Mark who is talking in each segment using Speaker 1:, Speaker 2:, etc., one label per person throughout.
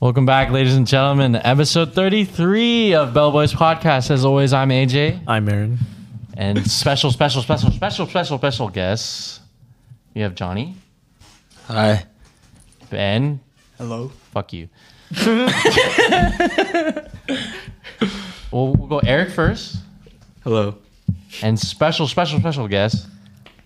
Speaker 1: Welcome back, ladies and gentlemen, to episode 33 of Bellboys Podcast. As always, I'm AJ,
Speaker 2: I'm Aaron.
Speaker 1: and special, special, special, special, special, special guests. We have Johnny,
Speaker 3: Hi.
Speaker 1: Ben,
Speaker 3: Hello.
Speaker 1: fuck you. well, we'll go Eric first,
Speaker 3: Hello.
Speaker 1: and special, special, special guest,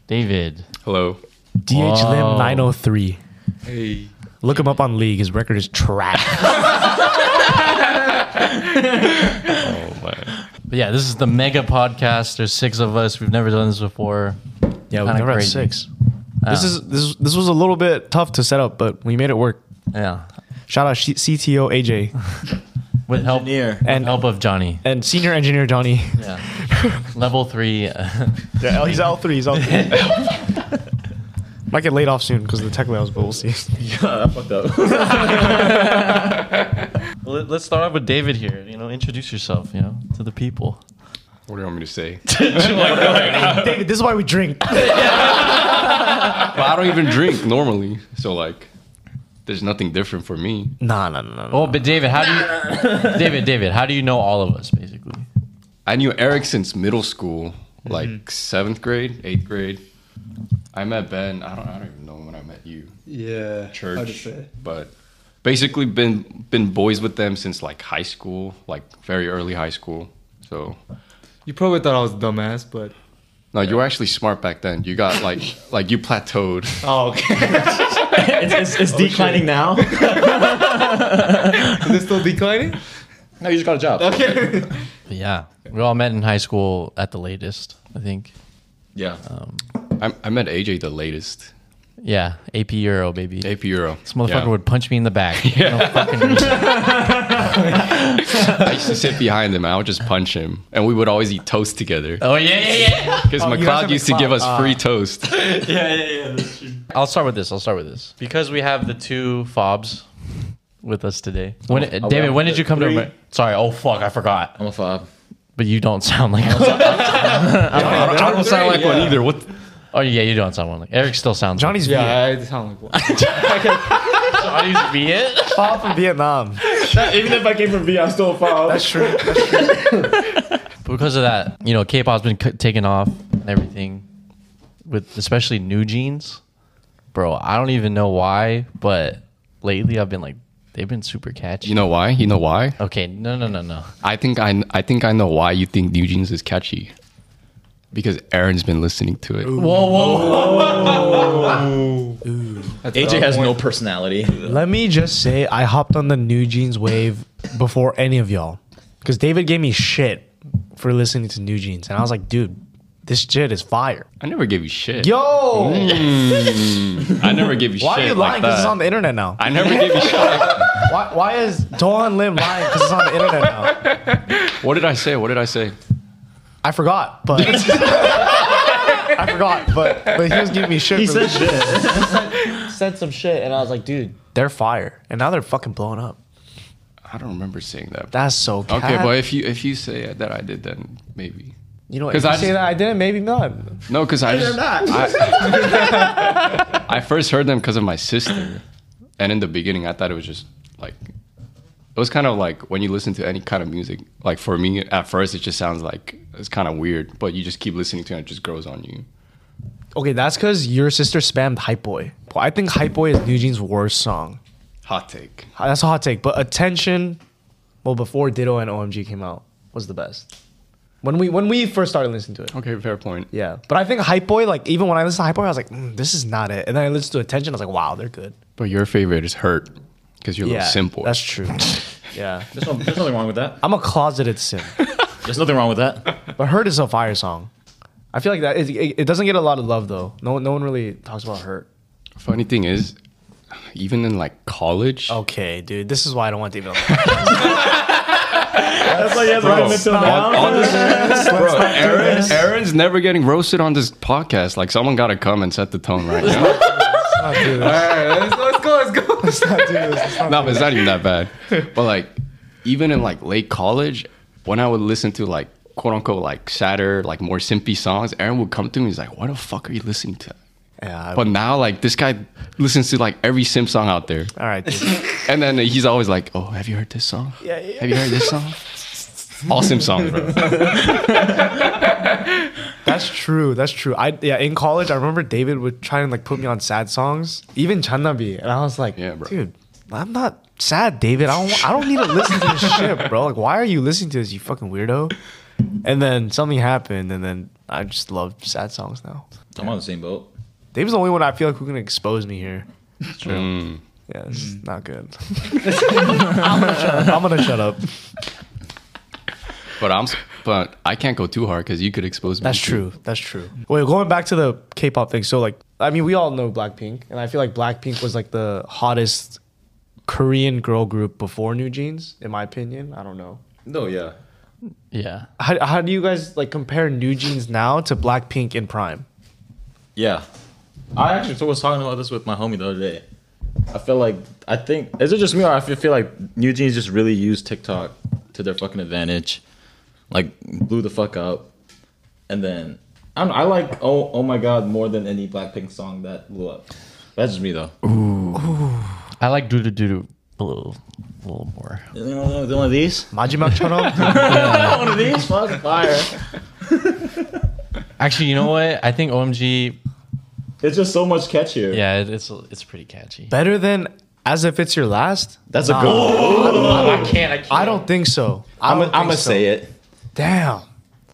Speaker 1: David.
Speaker 3: Hello.
Speaker 1: Whoa.
Speaker 2: DHLim 903.
Speaker 3: Hey.
Speaker 2: Look him up on League. His record is trash.
Speaker 4: Oh,
Speaker 1: But yeah, this is the mega podcast. There's six of us. We've never done this before.
Speaker 2: yeah, we
Speaker 1: Kinda
Speaker 2: never had
Speaker 1: crazy.
Speaker 2: six. This is this this was a little bit tough to set up, but we made it work.
Speaker 1: Yeah.
Speaker 2: Shout out C- CTO AJ
Speaker 1: With help,
Speaker 3: Engineer.
Speaker 1: and
Speaker 2: And-
Speaker 1: help of Johnny.
Speaker 2: and senior engineer Johnny.
Speaker 1: Yeah. Level three. uh,
Speaker 2: Yeah, he's L three. He's L three. Might get laid off soon because of the tech layoffs, but we'll see.
Speaker 3: I fucked up.
Speaker 1: Well, Let's start off with David here. You know, introduce yourself. You know, to the people.
Speaker 4: What do you want me to say?
Speaker 2: David, this is why we drink.
Speaker 4: well, I don't even drink normally, so like, there's nothing different for me.
Speaker 2: Nah, nah, nah, nah.
Speaker 1: Oh, but David, how do you? David, David, how do you know all of us basically?
Speaker 4: I knew Eric since middle school,
Speaker 3: Mm-hmm.
Speaker 4: like seventh grade, eighth grade. I met Ben. I don't. I don't even know when I met you.
Speaker 3: Yeah. hard to
Speaker 4: Church,
Speaker 3: say.
Speaker 4: but basically been been boys with them since like high school, like very early high school. So
Speaker 3: You probably thought I was a dumbass, but
Speaker 4: no, you were actually smart back then. You got like like you plateaued.
Speaker 3: oh, okay.
Speaker 2: it's, it's, it's declining now.
Speaker 3: Is it still declining?
Speaker 4: No, you just got a job.
Speaker 3: Okay.
Speaker 1: But yeah, we all met in high school at the latest. I think.
Speaker 4: Yeah.
Speaker 1: Um,
Speaker 4: I, I met AJ the latest.
Speaker 1: Yeah, AP Euro baby.
Speaker 4: AP Euro.
Speaker 1: This motherfucker would punch me in the back. No fucking reason.
Speaker 4: I used to sit behind him. and I would just punch him, and we would always eat toast together.
Speaker 1: oh yeah, yeah, yeah.
Speaker 4: Because
Speaker 2: oh, you guys
Speaker 4: McLeod
Speaker 2: have Ah.
Speaker 4: used to
Speaker 2: McLeod.
Speaker 4: give us free toast.
Speaker 1: I'll start with this. I'll start with this because we have the two fobs with us today. When David, when did you come to? Amer- Sorry. Oh fuck, I forgot.
Speaker 5: I'm a fob.
Speaker 1: But you don't sound like.
Speaker 4: I don't, sound like one either. What?
Speaker 1: oh yeah, you don't sound one. Like Eric still sounds.
Speaker 2: Johnny's
Speaker 3: Yeah, I sound like one.
Speaker 1: Johnny's Viet.
Speaker 2: Viet- from Vietnam.
Speaker 3: Even if I came from V, I'm still a foul.
Speaker 2: That's true.
Speaker 1: But because of that, you know, K-pop's been c- taking off and everything, with especially new jeans, bro. I don't even know why, but lately I've been like, they've been super catchy.
Speaker 4: You know why? You know why?
Speaker 1: okay, no, no, no, no.
Speaker 4: I think I, I think I know why you think New Jeans is catchy. Because Aaron's been listening to it.
Speaker 1: Whoa, whoa,
Speaker 5: AJ has no personality.
Speaker 2: Let me just say, I hopped on the New Jeans wave before any of y'all, because David gave me shit for listening to New Jeans, and I was like, dude, this shit is fire.
Speaker 4: I never gave you shit.
Speaker 2: Yo,
Speaker 4: I never gave you
Speaker 2: why
Speaker 4: shit.
Speaker 2: are you lying?
Speaker 4: like
Speaker 2: Because
Speaker 4: that.
Speaker 2: it's on the internet now.
Speaker 4: I never gave you shit.
Speaker 2: Why, why is Dawn Lim lying? Because it's on the internet now.
Speaker 4: What did I say? What did I say?
Speaker 2: I forgot, but I forgot, but but he was giving me shit. He for said shit.
Speaker 5: Sent some shit, and I was like, dude.
Speaker 2: They're fire, and now they're fucking blowing up.
Speaker 4: I don't remember saying that.
Speaker 2: That's so.
Speaker 4: okay,
Speaker 2: cat.
Speaker 4: but if you if you say that I did, then maybe.
Speaker 2: you know, if
Speaker 4: 'cause
Speaker 2: you
Speaker 4: I
Speaker 2: say
Speaker 4: just-
Speaker 2: that I didn't, maybe not.
Speaker 4: No, because I just I, I first heard them because of my sister, and in the beginning I thought it was just like it was kind of like when you listen to any kind of music. Like for me, at first it just sounds like it's kind of weird, but you just keep listening to it, and it just grows on you.
Speaker 2: Okay, that's because your sister spammed Hype Boy. Well, I think Hype Boy is New Jeans' worst song.
Speaker 4: Hot take.
Speaker 2: That's a hot take, but Attention, well, before Ditto and OMG came out, was the best. When we when we first started listening to it.
Speaker 4: Okay, fair point.
Speaker 2: Yeah, but I think Hype Boy, like even when I listened to Hype Boy, I was like, mm, this is not it. And then I listened to Attention, I was like, wow, they're good.
Speaker 4: But your favorite is Hurt because you're a
Speaker 2: Yeah,
Speaker 4: little simple.
Speaker 2: That's true. yeah,
Speaker 5: There's, no, there's nothing wrong with that.
Speaker 2: I'm a closeted sim,
Speaker 5: There's nothing wrong with that.
Speaker 2: but Hurt is a fire song. I I feel like that it, it, it doesn't get a lot of love though. No, no one really talks about hurt.
Speaker 4: Funny thing is, even in like college,
Speaker 2: Okay, dude, this is why I don't want David.
Speaker 3: That's why you have
Speaker 4: Bro,
Speaker 3: to until
Speaker 4: on,
Speaker 3: now.
Speaker 4: on this, bro, Aaron, Aaron's never getting roasted on this podcast. Like someone got to come and set the tone right now.
Speaker 3: Let's go. Let's go.
Speaker 4: no, but it's not even that bad. But like, even in like late college, when I would listen to like quote unquote like sadder, like more simpy songs, Aaron would come to me. He's like, "Why the fuck are you listening to?" that?"
Speaker 2: yeah,
Speaker 4: But now, like this guy listens to like every simp song out there,
Speaker 2: all right. Dude.
Speaker 4: and then he's always like, "Oh, have you heard this song? Yeah, yeah. Have you heard this song?" All simp songs, bro.
Speaker 2: That's true. That's true. I yeah, in college, I remember David would try and like put me on sad songs, even Chanabi, and I was like,
Speaker 4: Yeah, bro.
Speaker 2: dude, I'm not sad, David. I don't. I don't need to listen to this shit, bro. Like, why are you listening to this, you fucking weirdo? And then something happened, and then I just love sad songs now.
Speaker 5: I'm on the same boat.
Speaker 2: David's the only one I feel like who can expose me here. True. Yeah, it's not good. Mm. I'm gonna shut up.
Speaker 4: But I'm, s- but I can't go too hard because you could expose me.
Speaker 2: That's
Speaker 4: too.
Speaker 2: true. That's true. Wait, going back to the K-pop thing. So like, I mean, we all know Blackpink, and I feel like Blackpink was like the hottest Korean girl group before New Jeans, in my opinion. I don't know.
Speaker 5: No, yeah.
Speaker 1: Yeah.
Speaker 2: How, how do you guys like compare New Jeans now to Blackpink in prime?
Speaker 5: Yeah. I actually t- was talking about this with my homie the other day. I feel like, I think, is it just me or I feel, feel like New Jeans just really used TikTok to their fucking advantage? Like, blew the fuck up. And then, I don't know, I like Oh Oh My God more than any Blackpink song that blew up. That's just me though.
Speaker 1: I like doo doo doo doo a little, a little more.
Speaker 5: You know, one of these?
Speaker 2: Majima Chono?
Speaker 5: one of these? Fuck, fire.
Speaker 1: Actually, you know what? I think OMG.
Speaker 5: It's just so much catchier.
Speaker 1: Yeah, it, it's it's pretty catchy.
Speaker 2: better than As If It's Your Last?
Speaker 5: That's a good one.
Speaker 1: I can't. I can't.
Speaker 2: I don't think so. I
Speaker 5: I'm
Speaker 2: don't think
Speaker 5: going to
Speaker 2: so.
Speaker 5: say it.
Speaker 2: Damn.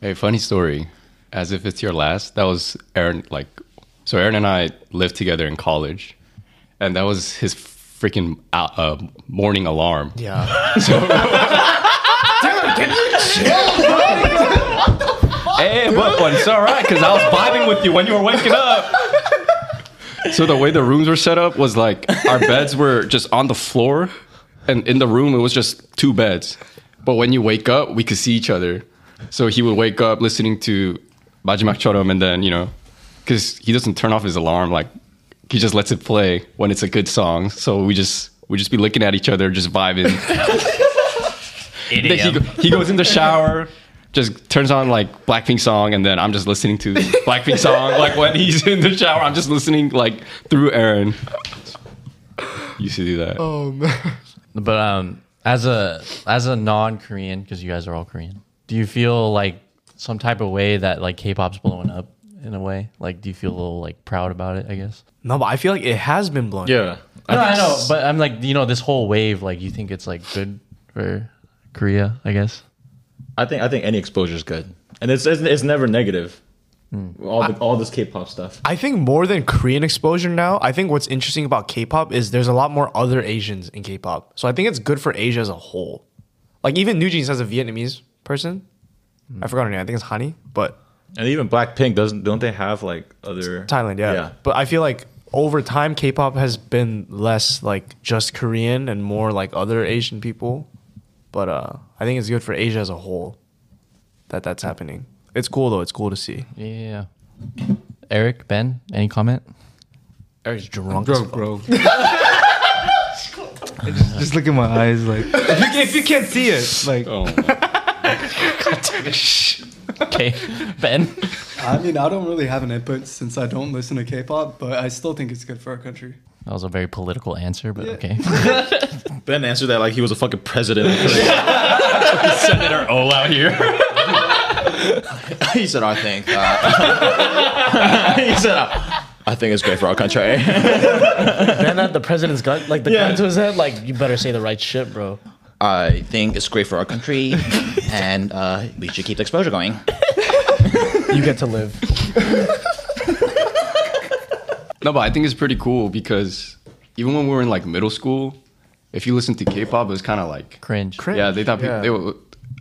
Speaker 4: Hey, funny story. As if it's your last. That was Aaron. Like, so Aaron and I lived together in college, and that was his freaking uh, uh, morning alarm.
Speaker 2: Yeah.
Speaker 4: Hey, but, but it's all right because I was vibing with you when you were waking up. So the way the rooms were set up was like our beds were just on the floor, and in the room it was just two beds. But when you wake up, we could see each other. So he would wake up listening to Majimak Chorom, and then you know, because he doesn't turn off his alarm, like he just lets it play when it's a good song. So we just we just be looking at each other, just vibing. Then he, go- he goes in the shower, just turns on like Blackpink song, and then I'm just listening to Blackpink song. Like when he's in the shower, I'm just listening like through Aaron. You should do that.
Speaker 1: But um, as a as a non-Korean, because you guys are all Korean, do you feel like some type of way that like K-pop's blowing up in a way? Like, do you feel a little like proud about it? I guess.
Speaker 2: No, but I feel like it has been blown.
Speaker 5: Yeah.
Speaker 1: No, I know, but I'm like, you know, this whole wave. Like, you think it's like good for Korea? I guess.
Speaker 5: I think I think any exposure is good, and it's it's, it's never negative.
Speaker 2: Hmm.
Speaker 5: All the, all this K-pop stuff.
Speaker 2: I think more than Korean exposure now, I think what's interesting about K-pop is there's a lot more other Asians in K-pop. So I think it's good for Asia as a whole. Like even New Jeans has a Vietnamese person. I forgot her name. I think it's Hani, but
Speaker 5: And even Blackpink doesn't don't they have like other
Speaker 2: Thailand, yeah.
Speaker 5: yeah.
Speaker 2: But I feel like over time K-pop has been less like just Korean and more like other Asian people. But uh I think it's good for Asia as a whole that that's happening. It's cool though. It's cool to see.
Speaker 1: Yeah. Eric, Ben, any comment?
Speaker 2: Eric's drunk.
Speaker 3: Bro, bro. just, just look in my eyes, like if you, if you can't see it, like
Speaker 4: Oh,
Speaker 1: Okay, Ben.
Speaker 6: I mean, I don't really have an input since I don't listen to K-pop, but I still think it's good for our country.
Speaker 1: That was a very political answer, but okay.
Speaker 5: Ben answered that like he was a fucking president.
Speaker 1: Senator O out here.
Speaker 5: he said, "I think." uh, he said, "I think it's great for our country."
Speaker 7: And that the president's gun, like the
Speaker 5: Yeah.
Speaker 7: gun to his head, like you better say the right shit, bro.
Speaker 8: I think it's great for our country, and uh, we should keep the exposure going.
Speaker 7: You get to live.
Speaker 4: No, but I think it's pretty cool because even when we were in like middle school, if you listen to K-pop, it was kind of like
Speaker 1: Cringe.
Speaker 4: yeah, they thought people,
Speaker 2: yeah.
Speaker 4: they were.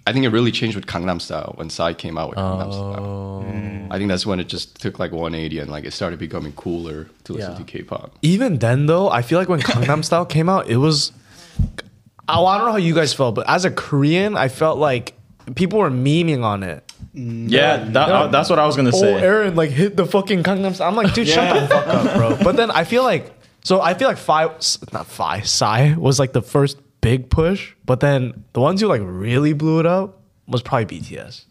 Speaker 4: I think it really changed with Gangnam Style when Psy came out with Gangnam Style. I think that's when it just took like 180 and like it started becoming cooler to listen
Speaker 7: Yeah.
Speaker 4: to K-pop.
Speaker 2: Even then, though, I feel like when Gangnam Style came out, it was. Oh, I don't know how you guys felt, but as a Korean, I felt like people were memeing on it.
Speaker 5: Yeah, that, uh, that's what I was gonna
Speaker 2: Oh,
Speaker 5: say.
Speaker 2: Aaron like hit the fucking Gangnam Style. I'm like, dude, shut the fuck up, bro. But then I feel like so I feel like five, not five, Psy was like the first big push. But then the ones who like really blew it up was probably BTS.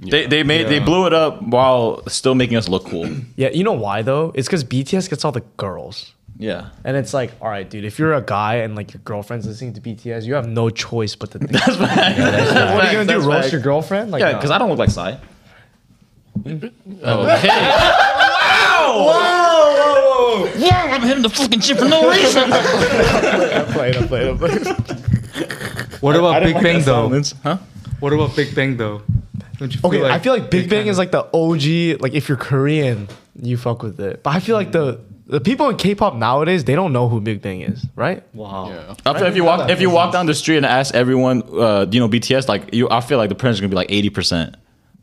Speaker 5: They they made they blew it up while still making us look cool.
Speaker 2: Yeah, you know why though? It's because BTS gets all the girls.
Speaker 5: yeah,
Speaker 2: And it's like, all right, dude, if you're a guy and like your girlfriend's listening to BTS, you have no choice but to. Think that's what are you gonna do? Roast your girlfriend? Like,
Speaker 5: yeah,
Speaker 2: no.
Speaker 5: because I don't look like Oh. Psy.
Speaker 8: Wow, I'm hitting the fucking shit for no reason.
Speaker 3: What about Big Bang though?
Speaker 5: Huh?
Speaker 3: What about Big Bang though? Don't you feel
Speaker 2: Okay, I feel like Big
Speaker 3: they
Speaker 2: Bang
Speaker 3: kinda-
Speaker 2: is like the OG. Like, if you're Korean, you fuck with it. But I feel like the the people in K-pop nowadays they don't know who Big Bang is, right?
Speaker 7: Wow.
Speaker 4: Yeah.
Speaker 5: After, if you walk if you walk down the street and ask everyone, uh, do you know BTS? Like you, I feel like the percentage is gonna be like eighty percent.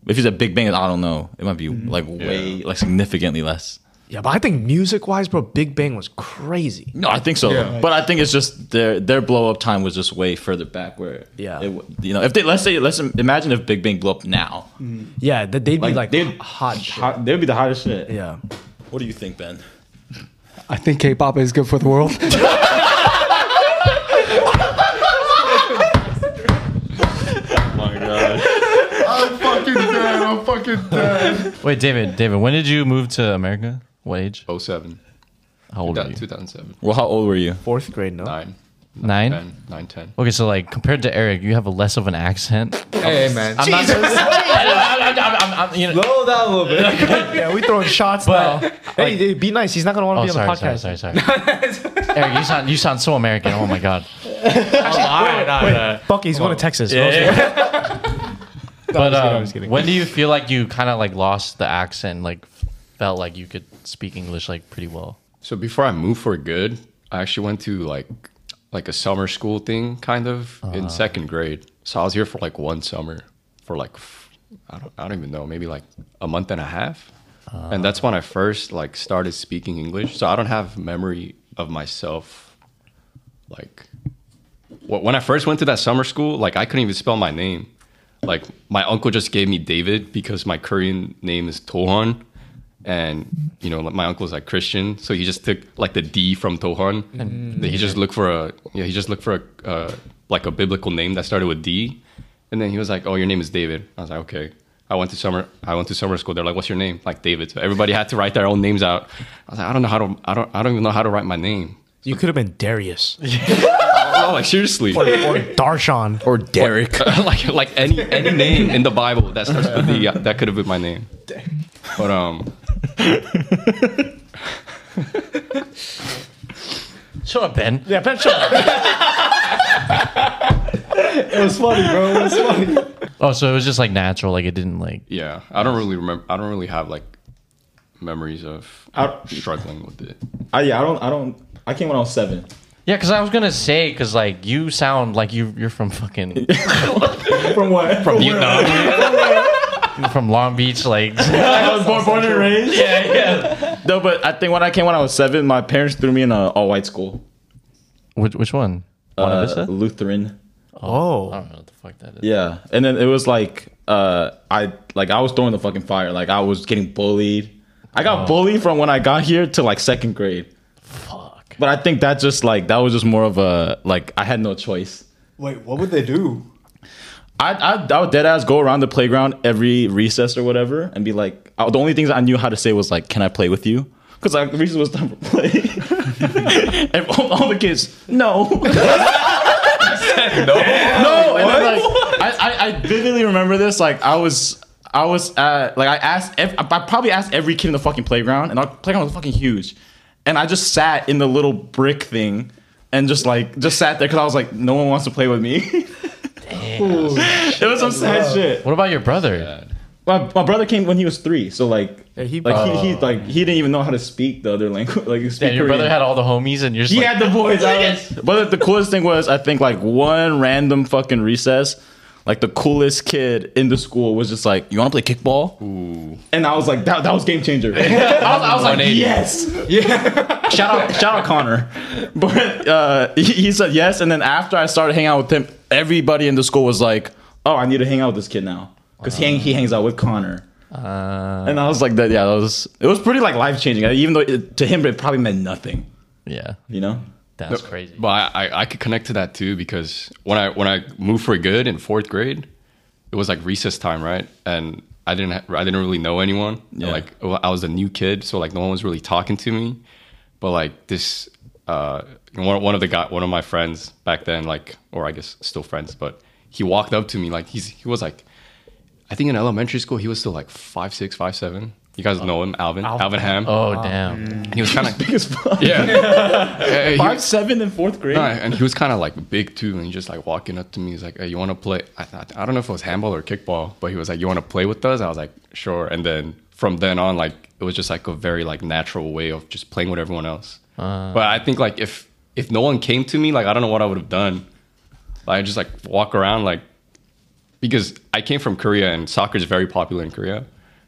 Speaker 5: If he's a Big Bang, I don't know. It might be
Speaker 2: Mm-hmm.
Speaker 5: like way like significantly less.
Speaker 2: Yeah, but I think music-wise, bro, Big Bang was crazy.
Speaker 5: No, I think so.
Speaker 3: Yeah.
Speaker 5: But I think it's just their their blow up time was just way further back. Where
Speaker 2: Yeah.
Speaker 5: it, w- you know, if they let's say let's im- imagine if Big Bang blew up now,
Speaker 2: Yeah, that they'd be like
Speaker 5: they'd-
Speaker 2: hot. shit.
Speaker 5: Hot- they'd be the hottest shit.
Speaker 2: Yeah.
Speaker 5: What do you think, Ben?
Speaker 3: I think K-pop is good for the world.
Speaker 4: I'm fucking dead. I'm fucking dead.
Speaker 1: Wait, David, David, when did you move to America? What age?
Speaker 4: 07.
Speaker 1: How old are
Speaker 4: That-
Speaker 1: you?
Speaker 4: 2007.
Speaker 5: Well, how old were you?
Speaker 2: Fourth grade, no.
Speaker 4: Nine.
Speaker 1: Nine?
Speaker 4: 10. 9, 10.
Speaker 1: Okay, so like compared to Eric, you have a less of an accent.
Speaker 3: hey man,
Speaker 1: I'm not. I'm- I'm- I'm- I'm- you know-
Speaker 3: slow down a little bit.
Speaker 2: yeah, we throwing shots
Speaker 1: But-
Speaker 2: now. Hey, hey, be nice. He's not gonna want to
Speaker 1: Oh,
Speaker 2: be on the
Speaker 1: sorry,
Speaker 2: podcast.
Speaker 1: sorry, sorry, sorry. Eric, you sound you sound so American. Oh my god.
Speaker 2: Fuck, he's going to Texas.
Speaker 1: But
Speaker 2: kidding, I
Speaker 1: um,
Speaker 2: was kidding.
Speaker 1: when do you feel like you kind of like lost the accent, like felt like you could speak English like pretty well?
Speaker 4: So before I moved for good, I actually went to like like a summer school thing kind of
Speaker 1: Uh-huh.
Speaker 4: in second grade. So I was here for like one summer for like f- I don't I don't even know, maybe like a month and a half.
Speaker 1: Uh-huh.
Speaker 4: and that's when I first like started speaking English. So I don't have memory of myself like wh- when I first went to that summer school, like I couldn't even spell my name. Like my uncle just gave me David because my Korean name is Tohan, and you know like, my uncle's like Christian, so he just took like the D from Tohan. And he just looked for a yeah, he just looked for a uh, like a biblical name that started with D, and then he was like, "Oh, your name is David." I was like, "Okay." I went to summer. I went to summer school. They're like, "What's your name?" Like David. So everybody had to write their own names out. I was like, "I don't know how to. I don't. I don't even know how to write my name."
Speaker 2: You could have been Darius
Speaker 4: Oh, like seriously.
Speaker 2: or Darshan.
Speaker 8: Or Derek.
Speaker 4: like like any any name in the Bible that starts with D, yeah, that could have been my name. But um,
Speaker 1: Shut up, Ben.
Speaker 2: Yeah, Ben, shut up.
Speaker 3: It was funny, bro. It was funny.
Speaker 1: Oh, so it was just like natural, like it didn't like.
Speaker 4: yeah, I don't really remember. I don't really have like memories of
Speaker 5: I-
Speaker 4: struggling with it.
Speaker 5: I, yeah, I don't. I don't. I came when I was seven.
Speaker 1: Yeah, because I was gonna say, because like you sound like you you're from fucking
Speaker 5: From what? From
Speaker 1: Vietnam, from Long Beach, like
Speaker 5: I was born, born and raised. Yeah, yeah. no, but I think when I came when I was seven, my parents threw me in a all white school,
Speaker 1: which which one?
Speaker 5: uh,
Speaker 1: Buena Vista?
Speaker 5: Lutheran.
Speaker 1: I
Speaker 2: Oh,
Speaker 1: don't know what the fuck that is.
Speaker 5: Yeah, and then it was like uh, I like I was throwing the fucking fire. Like I was getting bullied. I got bullied from when I got here to like second grade. Fuck. But I think that just like that was just more of a like I had no choice.
Speaker 6: Wait, what would they do?
Speaker 5: I, I, I would dead ass go around the playground every recess or whatever and be like, I, the only things I knew how to say was like, "Can I play with you?" Because like recess was time for play, and all, all the kids, no, no, no. And then, like, I, I, I vividly remember this. Like I was, I was, uh, like I asked, ev- I probably asked every kid in the fucking playground, and our playground was fucking huge, and I just sat in the little brick thing. And just like just sat there because I was like, no one wants to play with me. It was some sad shit.
Speaker 1: What about your brother?
Speaker 5: My, my brother came when he was three, so like,
Speaker 2: he-
Speaker 5: like he, he like he didn't even know how to speak the other language. Like, speak
Speaker 1: And your brother
Speaker 5: Korean.
Speaker 1: had all the homies, and you're just
Speaker 5: He
Speaker 1: like,
Speaker 5: had the boys. I was, but the coolest thing was, I think like one random fucking recess, like the coolest kid in the school was just like, "You want to play kickball?" And I was like, "That that was game changer." I was, I was like,
Speaker 1: 180.
Speaker 5: "Yes, yeah." shout out, shout out Connor. But uh, he, he said yes, and then after I started hanging out with him, everybody in the school was like, "Oh, I need to hang out with this kid now," because he hang- he hangs out with Connor. and I was like, "That yeah, that was it was pretty like life changing." Even though it, to him it probably meant nothing,
Speaker 1: Yeah,
Speaker 5: you know.
Speaker 1: that's crazy.
Speaker 4: But I, I, I could connect to that too because when I when I moved for good in fourth grade, it was like recess time, right? And I didn't ha- I didn't really know anyone. And,
Speaker 5: Yeah.
Speaker 4: Like well, I was a new kid, so like no one was really talking to me. But like this, uh, one one of the guy, one of my friends back then, like or I guess still friends, but he walked up to me like he's he was like, I think in elementary school he was still like five six five seven. You guys know him, Alvin. Alvin Ham.
Speaker 1: Oh
Speaker 5: uh, mm.
Speaker 1: damn!
Speaker 4: he was kind of
Speaker 5: Because
Speaker 4: yeah. Yeah, he-
Speaker 5: five seven in fourth grade.
Speaker 4: no, and he was kind of like big too, and he just like walking up to me. He's like, "Hey, you want to play?" I, I, I don't know if it was handball or kickball, but he was like, "You want to play with us?" I was like, "Sure." And then from then on, like it was just like a very like natural way of just playing with everyone else. but I think like if if no one came to me, like I don't know what I would have done. Like, I just like walk around like because I came from Korea and soccer is very popular in Korea.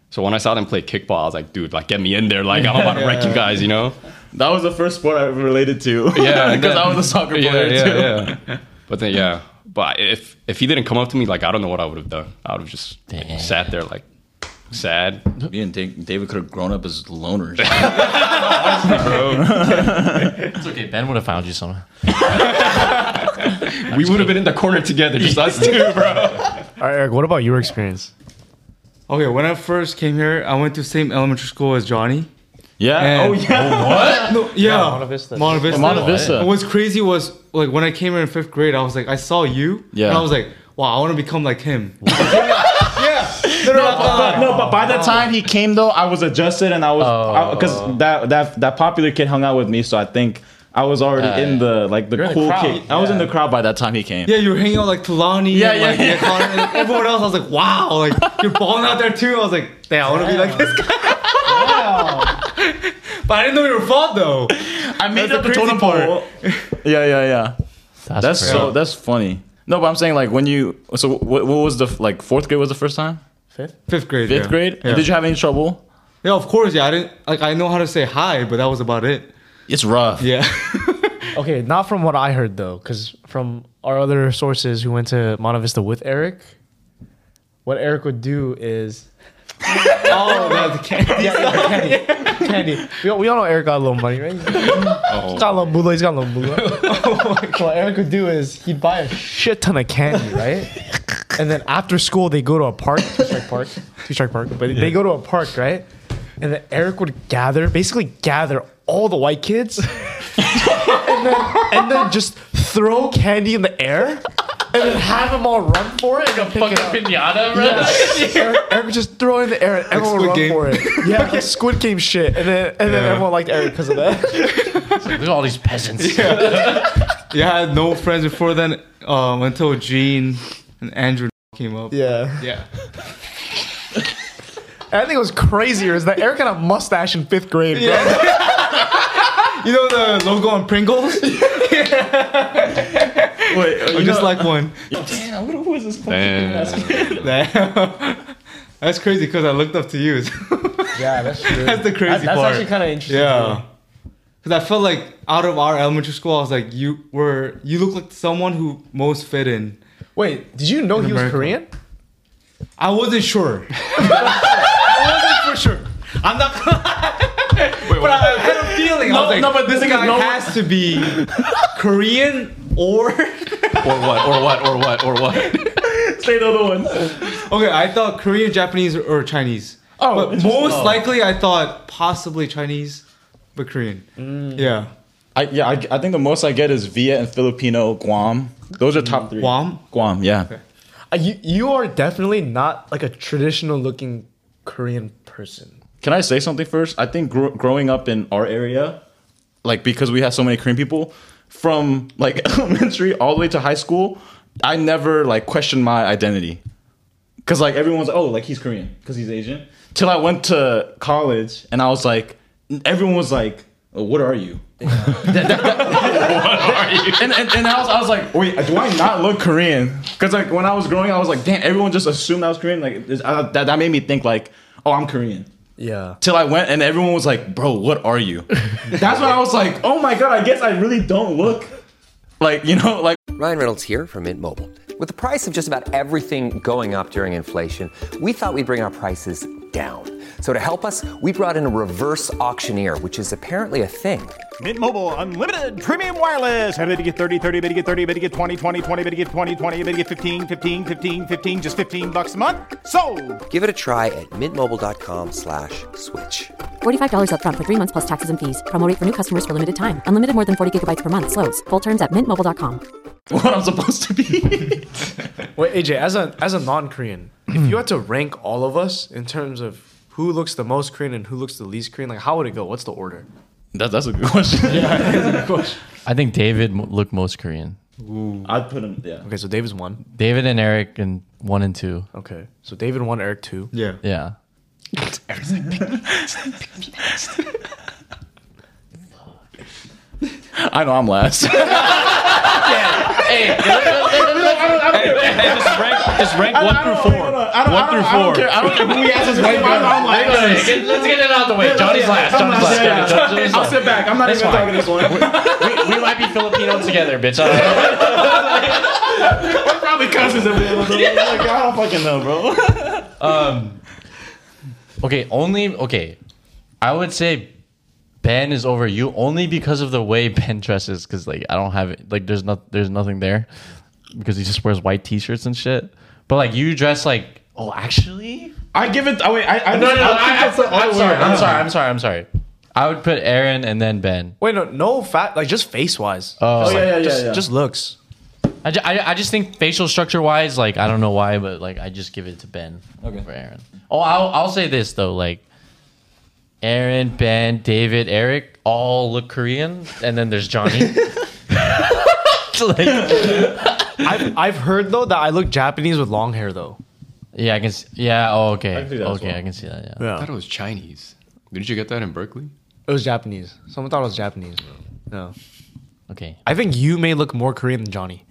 Speaker 4: So when I saw them play kickball, I was like, "Dude, like get me in there! Like I'm about to wreck you guys," you know.
Speaker 5: That was the first sport I related to.
Speaker 4: Yeah,
Speaker 5: because I was a soccer player too.
Speaker 4: yeah. But then, yeah. But if if he didn't come up to me, like I don't know what I would have done. I would have just like,
Speaker 1: Damn.
Speaker 4: sat there like sad.
Speaker 9: Me and Da- David could have grown up as loners.
Speaker 1: It's okay. Ben would have found you somewhere.
Speaker 4: we would have been in the corner together, just us two, bro.
Speaker 10: All right, Uh, Eric, what about your experience?
Speaker 11: Okay, when I first came here, I went to same elementary school as Johnny.
Speaker 5: Yeah.
Speaker 11: And-
Speaker 5: oh yeah.
Speaker 11: No, yeah, Monta Vista. Monta Vista.
Speaker 5: Monta Vista.
Speaker 11: What's crazy was like when I came here in fifth grade, I was like, I saw you,
Speaker 5: Yeah.
Speaker 11: and I was like, wow, I want to become like him. yeah, no, no,
Speaker 5: But, no, but by the time he came though, I was adjusted and I was because that that that popular kid hung out with me, so I think I was already Uh, in the like the
Speaker 2: in the
Speaker 5: cool
Speaker 2: crowd.
Speaker 5: kid. I was in the crowd by that time he came.
Speaker 11: Yeah, you were hanging out like Tulani,
Speaker 5: Yeah,
Speaker 11: and,
Speaker 5: yeah,
Speaker 11: like,
Speaker 5: yeah.
Speaker 11: Yakon and everyone else. I was like, wow, like you're balling out there too. I was like, damn, I want to be like this guy. but I didn't know you were bald though.
Speaker 5: I made
Speaker 11: That's the crazy part.
Speaker 5: yeah, yeah, yeah.
Speaker 1: That's,
Speaker 5: That's
Speaker 1: crazy.
Speaker 5: so that's funny. No, but I'm saying like when you so what, what was the like fourth grade was the first time
Speaker 11: Fifth grade.
Speaker 5: fifth
Speaker 11: yeah.
Speaker 5: grade
Speaker 11: Yeah.
Speaker 5: did you have any trouble?
Speaker 11: yeah, of course. Yeah, I didn't like I know how to say hi, but that was about it.
Speaker 5: It's rough.
Speaker 11: Yeah.
Speaker 2: Okay, not from what I heard though, because from our other sources who went to Monta Vista with Eric, what Eric would do is
Speaker 11: oh, that's candy.
Speaker 2: candy. We, all- we all know Eric got a little money, right? He's got a little moolah. He's got a little moolah. what Eric would do is he'd buy a shit ton of candy, right? And then after school, they go to a park, Two Strike Park, Two Strike Park. But they go to a park, right? And then Eric would gather, basically gather all the white kids, and then and then just throw candy in the air. And then have them all run for it and then pick it up.
Speaker 1: pinata, bro.
Speaker 2: Eric, Eric would just throw it in the air and everyone would run
Speaker 11: Squid
Speaker 2: for it. Yeah, like Squid Game shit. And then and then everyone liked Eric because of that.
Speaker 1: Look at all these peasants.
Speaker 11: Yeah, I had no friends before then um, until Gene and Andrew came up.
Speaker 2: Yeah.
Speaker 11: Yeah.
Speaker 2: And I think it was crazier is that Eric had a mustache in fifth grade, bro.
Speaker 11: You know the logo on Pringles?
Speaker 5: Wait,
Speaker 11: Or just like one.
Speaker 4: Damn.
Speaker 11: That's crazy because I looked up to you.
Speaker 2: Yeah, that's true.
Speaker 11: That's the crazy
Speaker 2: that's
Speaker 11: part.
Speaker 2: actually kind of interesting.
Speaker 11: yeah. Because I felt like out of our elementary school, I was like, you were, you look like someone who most fit in.
Speaker 2: Wait, did you know he was
Speaker 11: America.
Speaker 2: Korean?
Speaker 11: I wasn't sure. I wasn't for sure. I'm not. but I had a feeling. I
Speaker 5: No,
Speaker 11: was like,
Speaker 5: no, but this
Speaker 11: this
Speaker 5: is
Speaker 11: guy
Speaker 5: no-
Speaker 11: has to be Korean or.
Speaker 4: or what? Or what? Or what? Or what?
Speaker 5: say the other one.
Speaker 11: Okay, I thought Korean, Japanese, or Chinese.
Speaker 5: Oh,
Speaker 11: but
Speaker 5: interesting.
Speaker 11: most
Speaker 5: Oh.
Speaker 11: likely I thought possibly Chinese, but Korean.
Speaker 5: Mm.
Speaker 11: Yeah.
Speaker 5: I yeah, I, I think the most I get is Via and Filipino Guam. Those are top three.
Speaker 11: Guam?
Speaker 5: Guam, yeah.
Speaker 2: Uh, you you are definitely not like a traditional looking Korean person.
Speaker 5: Can I say something first? I think gro- growing up in our area, like because we had so many Korean people, from like elementary all the way to high school, I never like questioned my identity. Cause like everyone's oh like he's Korean because he's Asian. Till I went to college and I was like everyone was like uh, what are you? and, and, and I was I was like, wait, do I not look Korean? Because like when I was growing, I was like, damn, everyone just assumed I was Korean. Like it's- I, that that made me think like, oh, I'm Korean.
Speaker 7: Yeah.
Speaker 5: Till I went and everyone was like, bro, what are you? That's when I was like, oh my god, I guess I really don't look like you know like.
Speaker 12: Ryan Reynolds here from Mint Mobile. With the price of just about everything going up during inflation, we thought we'd bring our prices down. So to help us, we brought in a reverse auctioneer, which is apparently a thing.
Speaker 13: Mint Mobile unlimited premium wireless. Ready to get 30, 30, bit to get 30, bit to get 20, 20, 20, bit to get 20, 20, bit to get 15, 15, 15, 15 just 15 bucks a month. So,
Speaker 12: Give it a try at mintmobile.com slash switch.
Speaker 14: $45 upfront for three months plus taxes and fees. Promo rate for new customers for limited time. Unlimited more than 40 gigabytes per month. Slows. Full terms at mintmobile.com.
Speaker 5: what I'm supposed to be.
Speaker 2: Wait, AJ, as a as a non-Korean, if you had to rank all of us in terms of who looks the most Korean and who looks the least Korean, like how would it go? What's the order?
Speaker 5: That, that's a good question.
Speaker 1: I think David m- looked most Korean.
Speaker 5: I'd put him. Yeah.
Speaker 2: Okay, so David's one.
Speaker 1: David and Eric and one and two.
Speaker 2: Okay, so David one, Eric two.
Speaker 3: Yeah.
Speaker 1: Yeah.
Speaker 5: I know I'm last.
Speaker 8: Hey, just rank, just rank one through four.
Speaker 5: One through four. I don't care who he has his name. I'm like,
Speaker 8: Let's get it out of the way. Johnny's last. Johnny's last. Johnny's
Speaker 5: I'll
Speaker 8: last.
Speaker 5: sit back. I'm not
Speaker 8: That's
Speaker 5: even talking to this one.
Speaker 8: We, we might be Filipino together, bitch. I don't know.
Speaker 5: We're probably cousins of the other. Like, I don't fucking know, bro.
Speaker 1: Okay, only okay. I would say Ben is over you only because of the way Ben dresses. Because like I don't have it. Like there's not there's nothing there because he just wears white t-shirts and shit. But like you dress like oh actually
Speaker 5: I give it. Oh, wait, I, I
Speaker 1: no no, no
Speaker 5: I think
Speaker 1: I,
Speaker 5: that's the
Speaker 1: am
Speaker 5: odd
Speaker 1: sorry
Speaker 5: one.
Speaker 1: I'm sorry I'm sorry I'm sorry. I would put Aaron and then Ben.
Speaker 2: Wait, no, no fat, like just face wise.
Speaker 5: Oh yeah, yeah, yeah.
Speaker 2: just,
Speaker 5: yeah.
Speaker 2: just looks.
Speaker 1: I, ju- I, I just think facial structure wise, like I don't know why, but like I just give it to Ben
Speaker 5: Okay.
Speaker 1: over Aaron. Oh, I'll I'll say this though, like Aaron, Ben, David, Eric all look Korean, and then there's Johnny. Like,
Speaker 2: I've, I've heard though that I look Japanese with long hair though.
Speaker 1: yeah, I can. See, yeah, oh, okay,
Speaker 5: can see that as
Speaker 1: okay,
Speaker 5: well.
Speaker 1: I can see that. Yeah.
Speaker 4: I thought it was Chinese. Didn't you get that in Berkeley?
Speaker 2: It was Japanese. Someone thought it was Japanese. No,
Speaker 1: Okay.
Speaker 2: I think you may look more Korean than Johnny.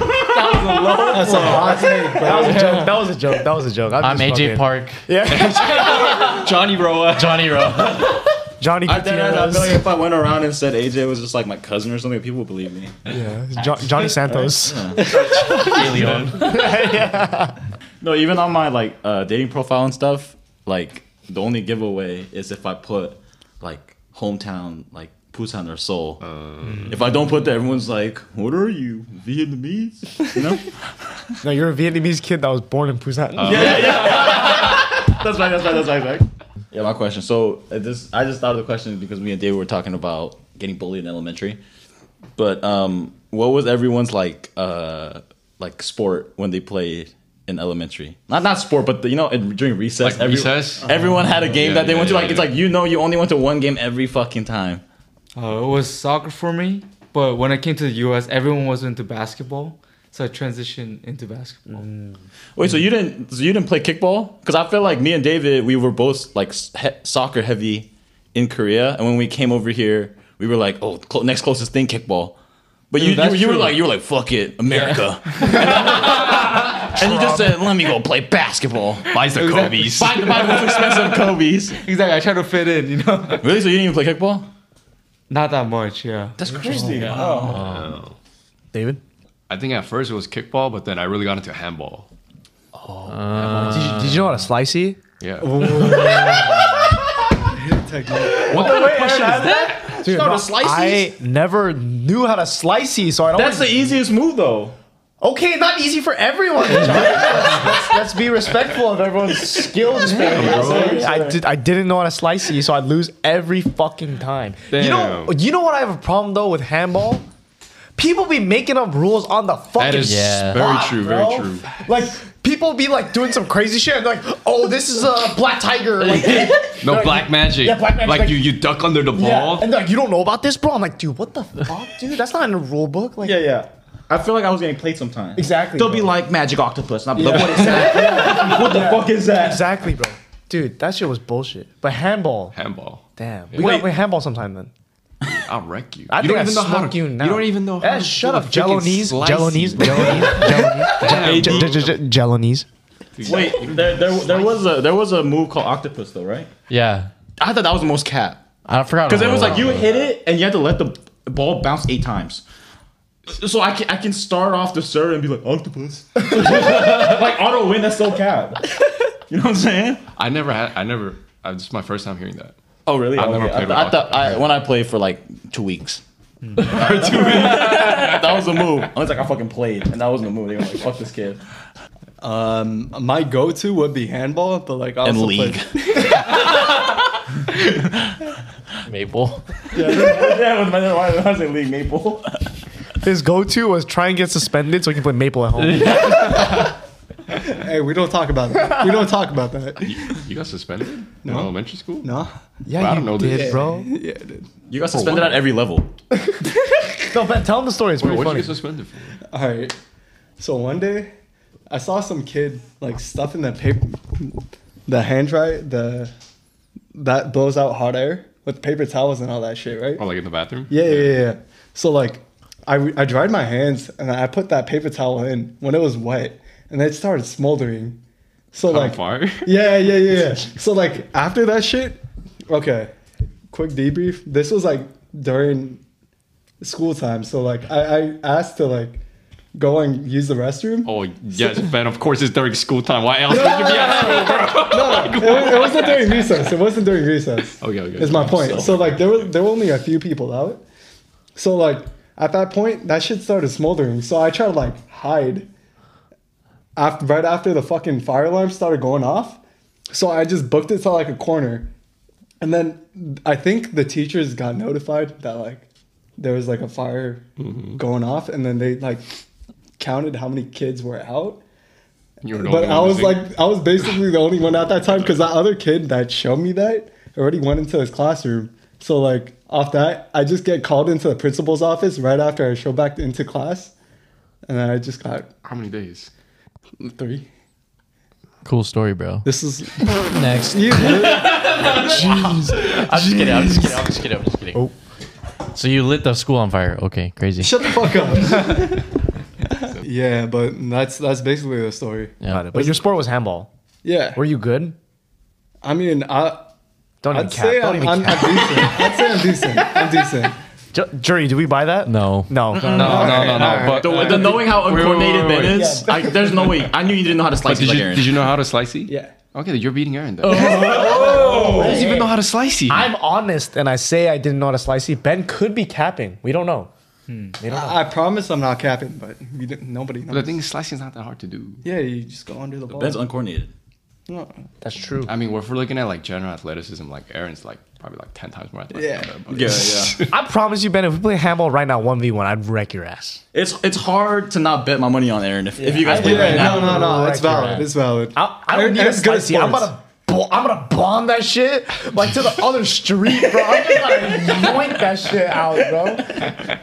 Speaker 7: That's a hot take, bro.
Speaker 2: That was a joke. That was a joke. That was a joke.
Speaker 1: I'm
Speaker 2: just
Speaker 1: AJ
Speaker 2: fucking-
Speaker 1: Park,
Speaker 5: Johnny Roa.
Speaker 1: Johnny Rowe.
Speaker 2: Johnny
Speaker 5: I, then I, I
Speaker 2: Gutierrez.
Speaker 5: feel like if I went around and said AJ was just like my cousin or something, people would believe me.
Speaker 2: yeah. Jo- Johnny Santos.
Speaker 5: No, even on my like uh, dating profile and stuff, like the only giveaway is if I put like hometown, like Busan or Seoul. if I don't put that, everyone's like, "What are you, Vietnamese?" You know.
Speaker 2: No, you're a Vietnamese kid that was born in Busan. yeah.
Speaker 5: that's right. That's right. That's right. That's right. Yeah, my question. So uh, this, I just thought of the question because me and Dave were talking about getting bullied in elementary. But um, what was everyone's like, uh, like sport when they played in elementary? Not not sport, but the, you know, in, during recess.
Speaker 4: Like recess? Uh-huh.
Speaker 5: Everyone had a game
Speaker 4: Yeah,
Speaker 5: that they
Speaker 4: yeah,
Speaker 5: went to.
Speaker 4: yeah,
Speaker 5: Like it's
Speaker 4: yeah.
Speaker 5: like you know, you only went to one game every fucking time.
Speaker 13: Uh, it was soccer for me, but when I came to the U.S., everyone was into basketball, so I transitioned into basketball.
Speaker 5: Mm. Wait, so you didn't so you didn't play kickball? Because I feel like me and David, we were both like s- he- soccer heavy in Korea, and when we came over here, we were like, oh, clo- next closest thing, kickball. But you,
Speaker 13: Dude, that's
Speaker 5: you, you were
Speaker 13: true.
Speaker 5: like you were like fuck it America, and you just said let me go play basketball.
Speaker 4: Buys the Kobe's.
Speaker 5: Buy the buy the most expensive Kobe's.
Speaker 13: Exactly, I try to fit in, you know.
Speaker 5: Really? So you didn't even play kickball?
Speaker 13: Not that much, yeah.
Speaker 5: That's crazy.
Speaker 2: David?
Speaker 4: I think at first it was kickball, but then I really got into handball.
Speaker 2: did, you, did you know what a slicey?
Speaker 4: Yeah.
Speaker 2: Dude,
Speaker 5: Start
Speaker 2: no,
Speaker 5: with slices?
Speaker 2: I never knew how to slicey, so I don't.
Speaker 5: That's the easiest move though.
Speaker 2: okay, not easy for everyone. John. let's, let's be respectful of everyone's skills, man. I did. I didn't know how to slicey, so I'd lose every fucking time. You know.
Speaker 4: Damn.
Speaker 2: You know what? I have a problem though with handball. People be making up rules on the fucking
Speaker 4: That is
Speaker 1: Yeah.
Speaker 4: very
Speaker 2: spot,
Speaker 4: true.
Speaker 2: bro.
Speaker 4: Very true.
Speaker 2: Like people be like doing some crazy shit. And like, oh, this is a black tiger. Like,
Speaker 4: No
Speaker 2: like,
Speaker 4: black magic.
Speaker 2: Yeah, black magic,
Speaker 4: Like,
Speaker 2: like-
Speaker 4: you, you duck under the
Speaker 2: Yeah.
Speaker 4: ball.
Speaker 2: And they're like, you don't know about this, bro. I'm like, dude, what the fuck, dude? That's not in the rule book. Like,
Speaker 5: Yeah, yeah. I feel like I was getting played sometimes.
Speaker 2: Exactly.
Speaker 5: They'll be like magic octopus. And I'll be
Speaker 2: Yeah.
Speaker 5: like, what is that? what the fuck is that?
Speaker 2: Exactly, bro. Dude, that shit was bullshit. But handball.
Speaker 4: Handball.
Speaker 2: Damn.
Speaker 4: Yeah.
Speaker 2: We
Speaker 4: Wait.
Speaker 2: gotta play handball sometime then.
Speaker 4: I'll wreck you.
Speaker 2: I
Speaker 4: you
Speaker 2: think I
Speaker 4: know how
Speaker 2: smack
Speaker 4: to-
Speaker 2: you now.
Speaker 4: You don't even know
Speaker 2: Eh,
Speaker 4: how to
Speaker 2: shut
Speaker 4: do
Speaker 2: up,
Speaker 4: a freaking
Speaker 2: jello knees,
Speaker 4: slice
Speaker 2: jello
Speaker 4: you.
Speaker 2: knees, jello knees,
Speaker 4: Damn,
Speaker 2: J-
Speaker 4: dude.
Speaker 2: j- j- j- Jelonies.
Speaker 5: Wait, there, there, there was a there was a move called octopus though, right?
Speaker 1: Yeah.
Speaker 5: I thought that was the most cap.
Speaker 1: I forgot.
Speaker 5: Because it
Speaker 1: about
Speaker 5: was
Speaker 1: that.
Speaker 5: like you hit it and you had to let the ball bounce eight times. So I can I can start off the serve and be like octopus, like auto win. That's so cap. You know what I'm saying?
Speaker 4: I never had. I never. I, this is my first time hearing that.
Speaker 5: Oh really?
Speaker 4: I've
Speaker 5: Oh,
Speaker 4: never
Speaker 5: okay.
Speaker 4: played with
Speaker 5: I, th- I thought I, when I played for like two weeks. that was the move. I was like, I fucking played, and that wasn't the move. They were like, fuck this kid.
Speaker 11: Um, my go-to would be handball, but like I
Speaker 5: And
Speaker 11: also
Speaker 5: league.
Speaker 11: played-
Speaker 1: Maple.
Speaker 5: Yeah, that was my why why was it league maple.
Speaker 2: His go-to was try and get suspended so he can play Maple at home.
Speaker 11: hey, we don't talk about that. We don't talk about that.
Speaker 4: You got suspended
Speaker 11: No.
Speaker 4: in elementary school?
Speaker 11: No.
Speaker 2: Yeah,
Speaker 4: I don't
Speaker 2: you
Speaker 4: know this.
Speaker 2: did, bro.
Speaker 11: Yeah, dude.
Speaker 5: You got
Speaker 4: For
Speaker 5: suspended
Speaker 4: what?
Speaker 5: at every level.
Speaker 2: No, Ben, tell him the story. It's
Speaker 4: Wait,
Speaker 2: pretty
Speaker 4: what did you
Speaker 2: funny.
Speaker 4: get suspended for?
Speaker 11: All right. So one day, I saw some kid like stuffing the paper, the hand dry, the that blows out hot air with paper towels and all that shit, right?
Speaker 4: Oh, like in the bathroom?
Speaker 11: Yeah, yeah, yeah. yeah. So like, I I dried my hands and I put that paper towel in when it was wet, and it started smoldering. So
Speaker 4: Caught on
Speaker 11: like,
Speaker 4: fire?
Speaker 11: yeah, yeah, yeah, yeah. So like after that shit, okay. Quick debrief. This was like during school time, so like I, I asked to like go and use the restroom.
Speaker 4: Oh yes, Ben. Of course, it's during school time. Why else would you be at school, bro?
Speaker 11: It, wa- it wasn't during recess. It wasn't during recess.
Speaker 4: Okay, okay.
Speaker 11: Is my point. So like there were there were only a few people out. So like at that point that shit started smoldering. So I tried to like hide. After right after the fucking fire alarm started going off, so I just booked it to like a corner, and then I think the teachers got notified that like there was like a fire
Speaker 4: Mm-hmm.
Speaker 11: going off, and then they like counted how many kids were out.
Speaker 4: You were the
Speaker 11: But
Speaker 4: only
Speaker 11: I
Speaker 4: one
Speaker 11: was
Speaker 4: missing.
Speaker 11: like, I was basically the only one at that time because that other kid that showed me that already went into his classroom. So like off that, I just get called into the principal's office right after I show back into class, and then I just got
Speaker 4: how many days?
Speaker 11: Three.
Speaker 1: Cool story, bro.
Speaker 11: This is
Speaker 1: next.
Speaker 11: Jeez.
Speaker 1: I'm just kidding. I'm just kidding. I'm just kidding. I'm just kidding. So you lit the school on fire. Okay, crazy.
Speaker 11: Oh. Shut the fuck up. yeah, but that's that's basically the story.
Speaker 1: Got it.
Speaker 2: But your sport was handball.
Speaker 11: Yeah.
Speaker 2: Were you good?
Speaker 11: I mean, I.
Speaker 2: Don't even
Speaker 11: I'd
Speaker 2: cap.
Speaker 11: say
Speaker 2: Don't
Speaker 11: I'm,
Speaker 2: even
Speaker 11: I'm, I'm
Speaker 2: cap.
Speaker 11: decent. I'd say I'm decent. I'm decent.
Speaker 2: Ju- jury, do we buy that?
Speaker 1: No.
Speaker 2: No.
Speaker 5: No, no, no, no.
Speaker 4: Uh,
Speaker 5: But the, the knowing how uncoordinated Ben is, I, there's no way. I knew you didn't know how to
Speaker 4: But
Speaker 5: slice
Speaker 4: Oh, did,
Speaker 5: it like
Speaker 4: you,
Speaker 5: Aaron.
Speaker 4: did you know how to slicey?
Speaker 11: Yeah.
Speaker 4: Okay, you're beating Aaron. Then. Oh, I don't even know how to slicey.
Speaker 2: I'm honest and I say I didn't know how to slicey. Ben could be capping. We don't know.
Speaker 11: I, I promise I'm not capping, but you didn't, nobody knows.
Speaker 4: But the thing is, slicing's not that hard to do.
Speaker 11: yeah, you just go under the ball.
Speaker 5: Ben's uncoordinated.
Speaker 11: No.
Speaker 2: That's true.
Speaker 4: I mean, if we're looking at like general athleticism, like Aaron's like probably like ten times more athletic.
Speaker 11: Yeah.
Speaker 4: than everybody.
Speaker 5: Yeah, yeah.
Speaker 2: I promise you, Ben, if we play handball right now, 1v1, I'd wreck your ass.
Speaker 5: It's it's hard to not bet my money on Aaron if, if you guys play right now.
Speaker 11: no, no, no. It's
Speaker 2: Correct, you're
Speaker 11: valid.
Speaker 2: right.
Speaker 11: It's valid.
Speaker 2: I, I don't
Speaker 11: Aaron-
Speaker 2: need a
Speaker 11: Aaron's good at
Speaker 2: spicy. I'm
Speaker 11: sports.
Speaker 2: gonna, bo- I'm gonna bomb that shit like to the other street, bro. I'm just gonna yoink that shit out, bro.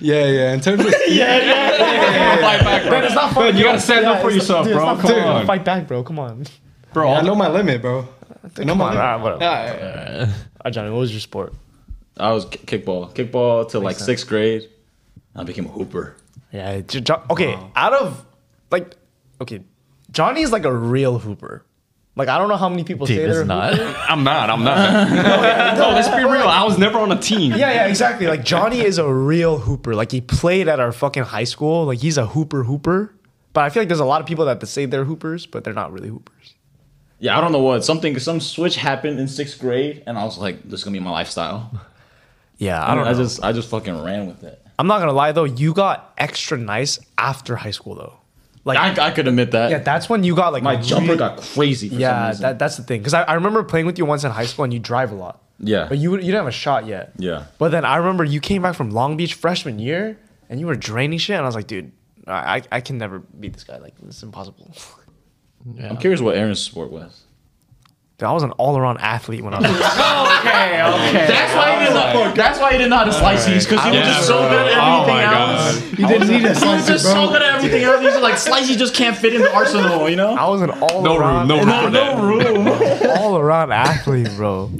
Speaker 11: Yeah, yeah. In terms of yeah,
Speaker 4: Fight back, bro.
Speaker 2: Ben, it's not funny.
Speaker 4: you gotta stand up for yourself, bro. Come on.
Speaker 2: Fight back, bro. Come on.
Speaker 4: Bro, all
Speaker 11: I know my limit, bro. I know my
Speaker 2: All right, whatever. All
Speaker 11: limit. Yeah,
Speaker 2: right, Johnny, what was your sport?
Speaker 5: I was ki- kickball, kickball till like sixth grade. I became a hooper.
Speaker 2: Yeah, Jo- Jo- okay. Out of like, okay, Johnny's like a real hooper. Like I don't know how many people say
Speaker 1: Dude,
Speaker 2: they're
Speaker 1: it's
Speaker 2: a hooper.
Speaker 1: not.
Speaker 4: I'm not. I'm not. no, let's be real. I was never on a team.
Speaker 2: Yeah, yeah, exactly. Like Johnny is a real hooper. Like he played at our fucking high school. Like he's a hooper hooper. But I feel like there's a lot of people that say they're hoopers, but they're not really hoopers.
Speaker 5: Yeah, I don't know what something some switch happened in sixth grade, and I was like, this is gonna be my lifestyle.
Speaker 2: Yeah, I
Speaker 5: I
Speaker 2: don't.
Speaker 5: don't. I
Speaker 2: know.
Speaker 5: just I just fucking ran with it.
Speaker 2: I'm not gonna lie though. You got extra nice after high school though. Like
Speaker 5: I, I could admit that.
Speaker 2: yeah, that's when you got like
Speaker 5: my
Speaker 2: re-
Speaker 5: jumper got crazy. For some
Speaker 2: Yeah,
Speaker 5: reason.
Speaker 2: that, that's the thing. Because I, I remember playing with you once in high school and you drive a lot.
Speaker 5: Yeah.
Speaker 2: But you you didn't have a shot yet.
Speaker 5: Yeah.
Speaker 2: But then I remember you came back from Long Beach freshman year and you were draining shit and I was like, dude, I I, I can never beat this guy. Like it's impossible.
Speaker 5: I'm curious what Aaron's sport was.
Speaker 2: Dude, I was an all-around athlete when I was.
Speaker 11: okay,
Speaker 2: okay.
Speaker 11: That's why you didn't. know- That's why you didn't know how to slice these because you were
Speaker 2: Yeah,
Speaker 11: just so
Speaker 2: bro.
Speaker 11: good at
Speaker 2: Oh
Speaker 11: everything
Speaker 2: my
Speaker 11: else.
Speaker 2: God.
Speaker 11: You
Speaker 2: I was
Speaker 11: didn't need
Speaker 2: a
Speaker 11: a You were
Speaker 2: slicer,
Speaker 11: just
Speaker 2: bro.
Speaker 11: so good at everything else. You just like slices just can't fit in the arsenal. You know. I
Speaker 2: was an all
Speaker 11: No, no room.
Speaker 2: all around athlete, bro.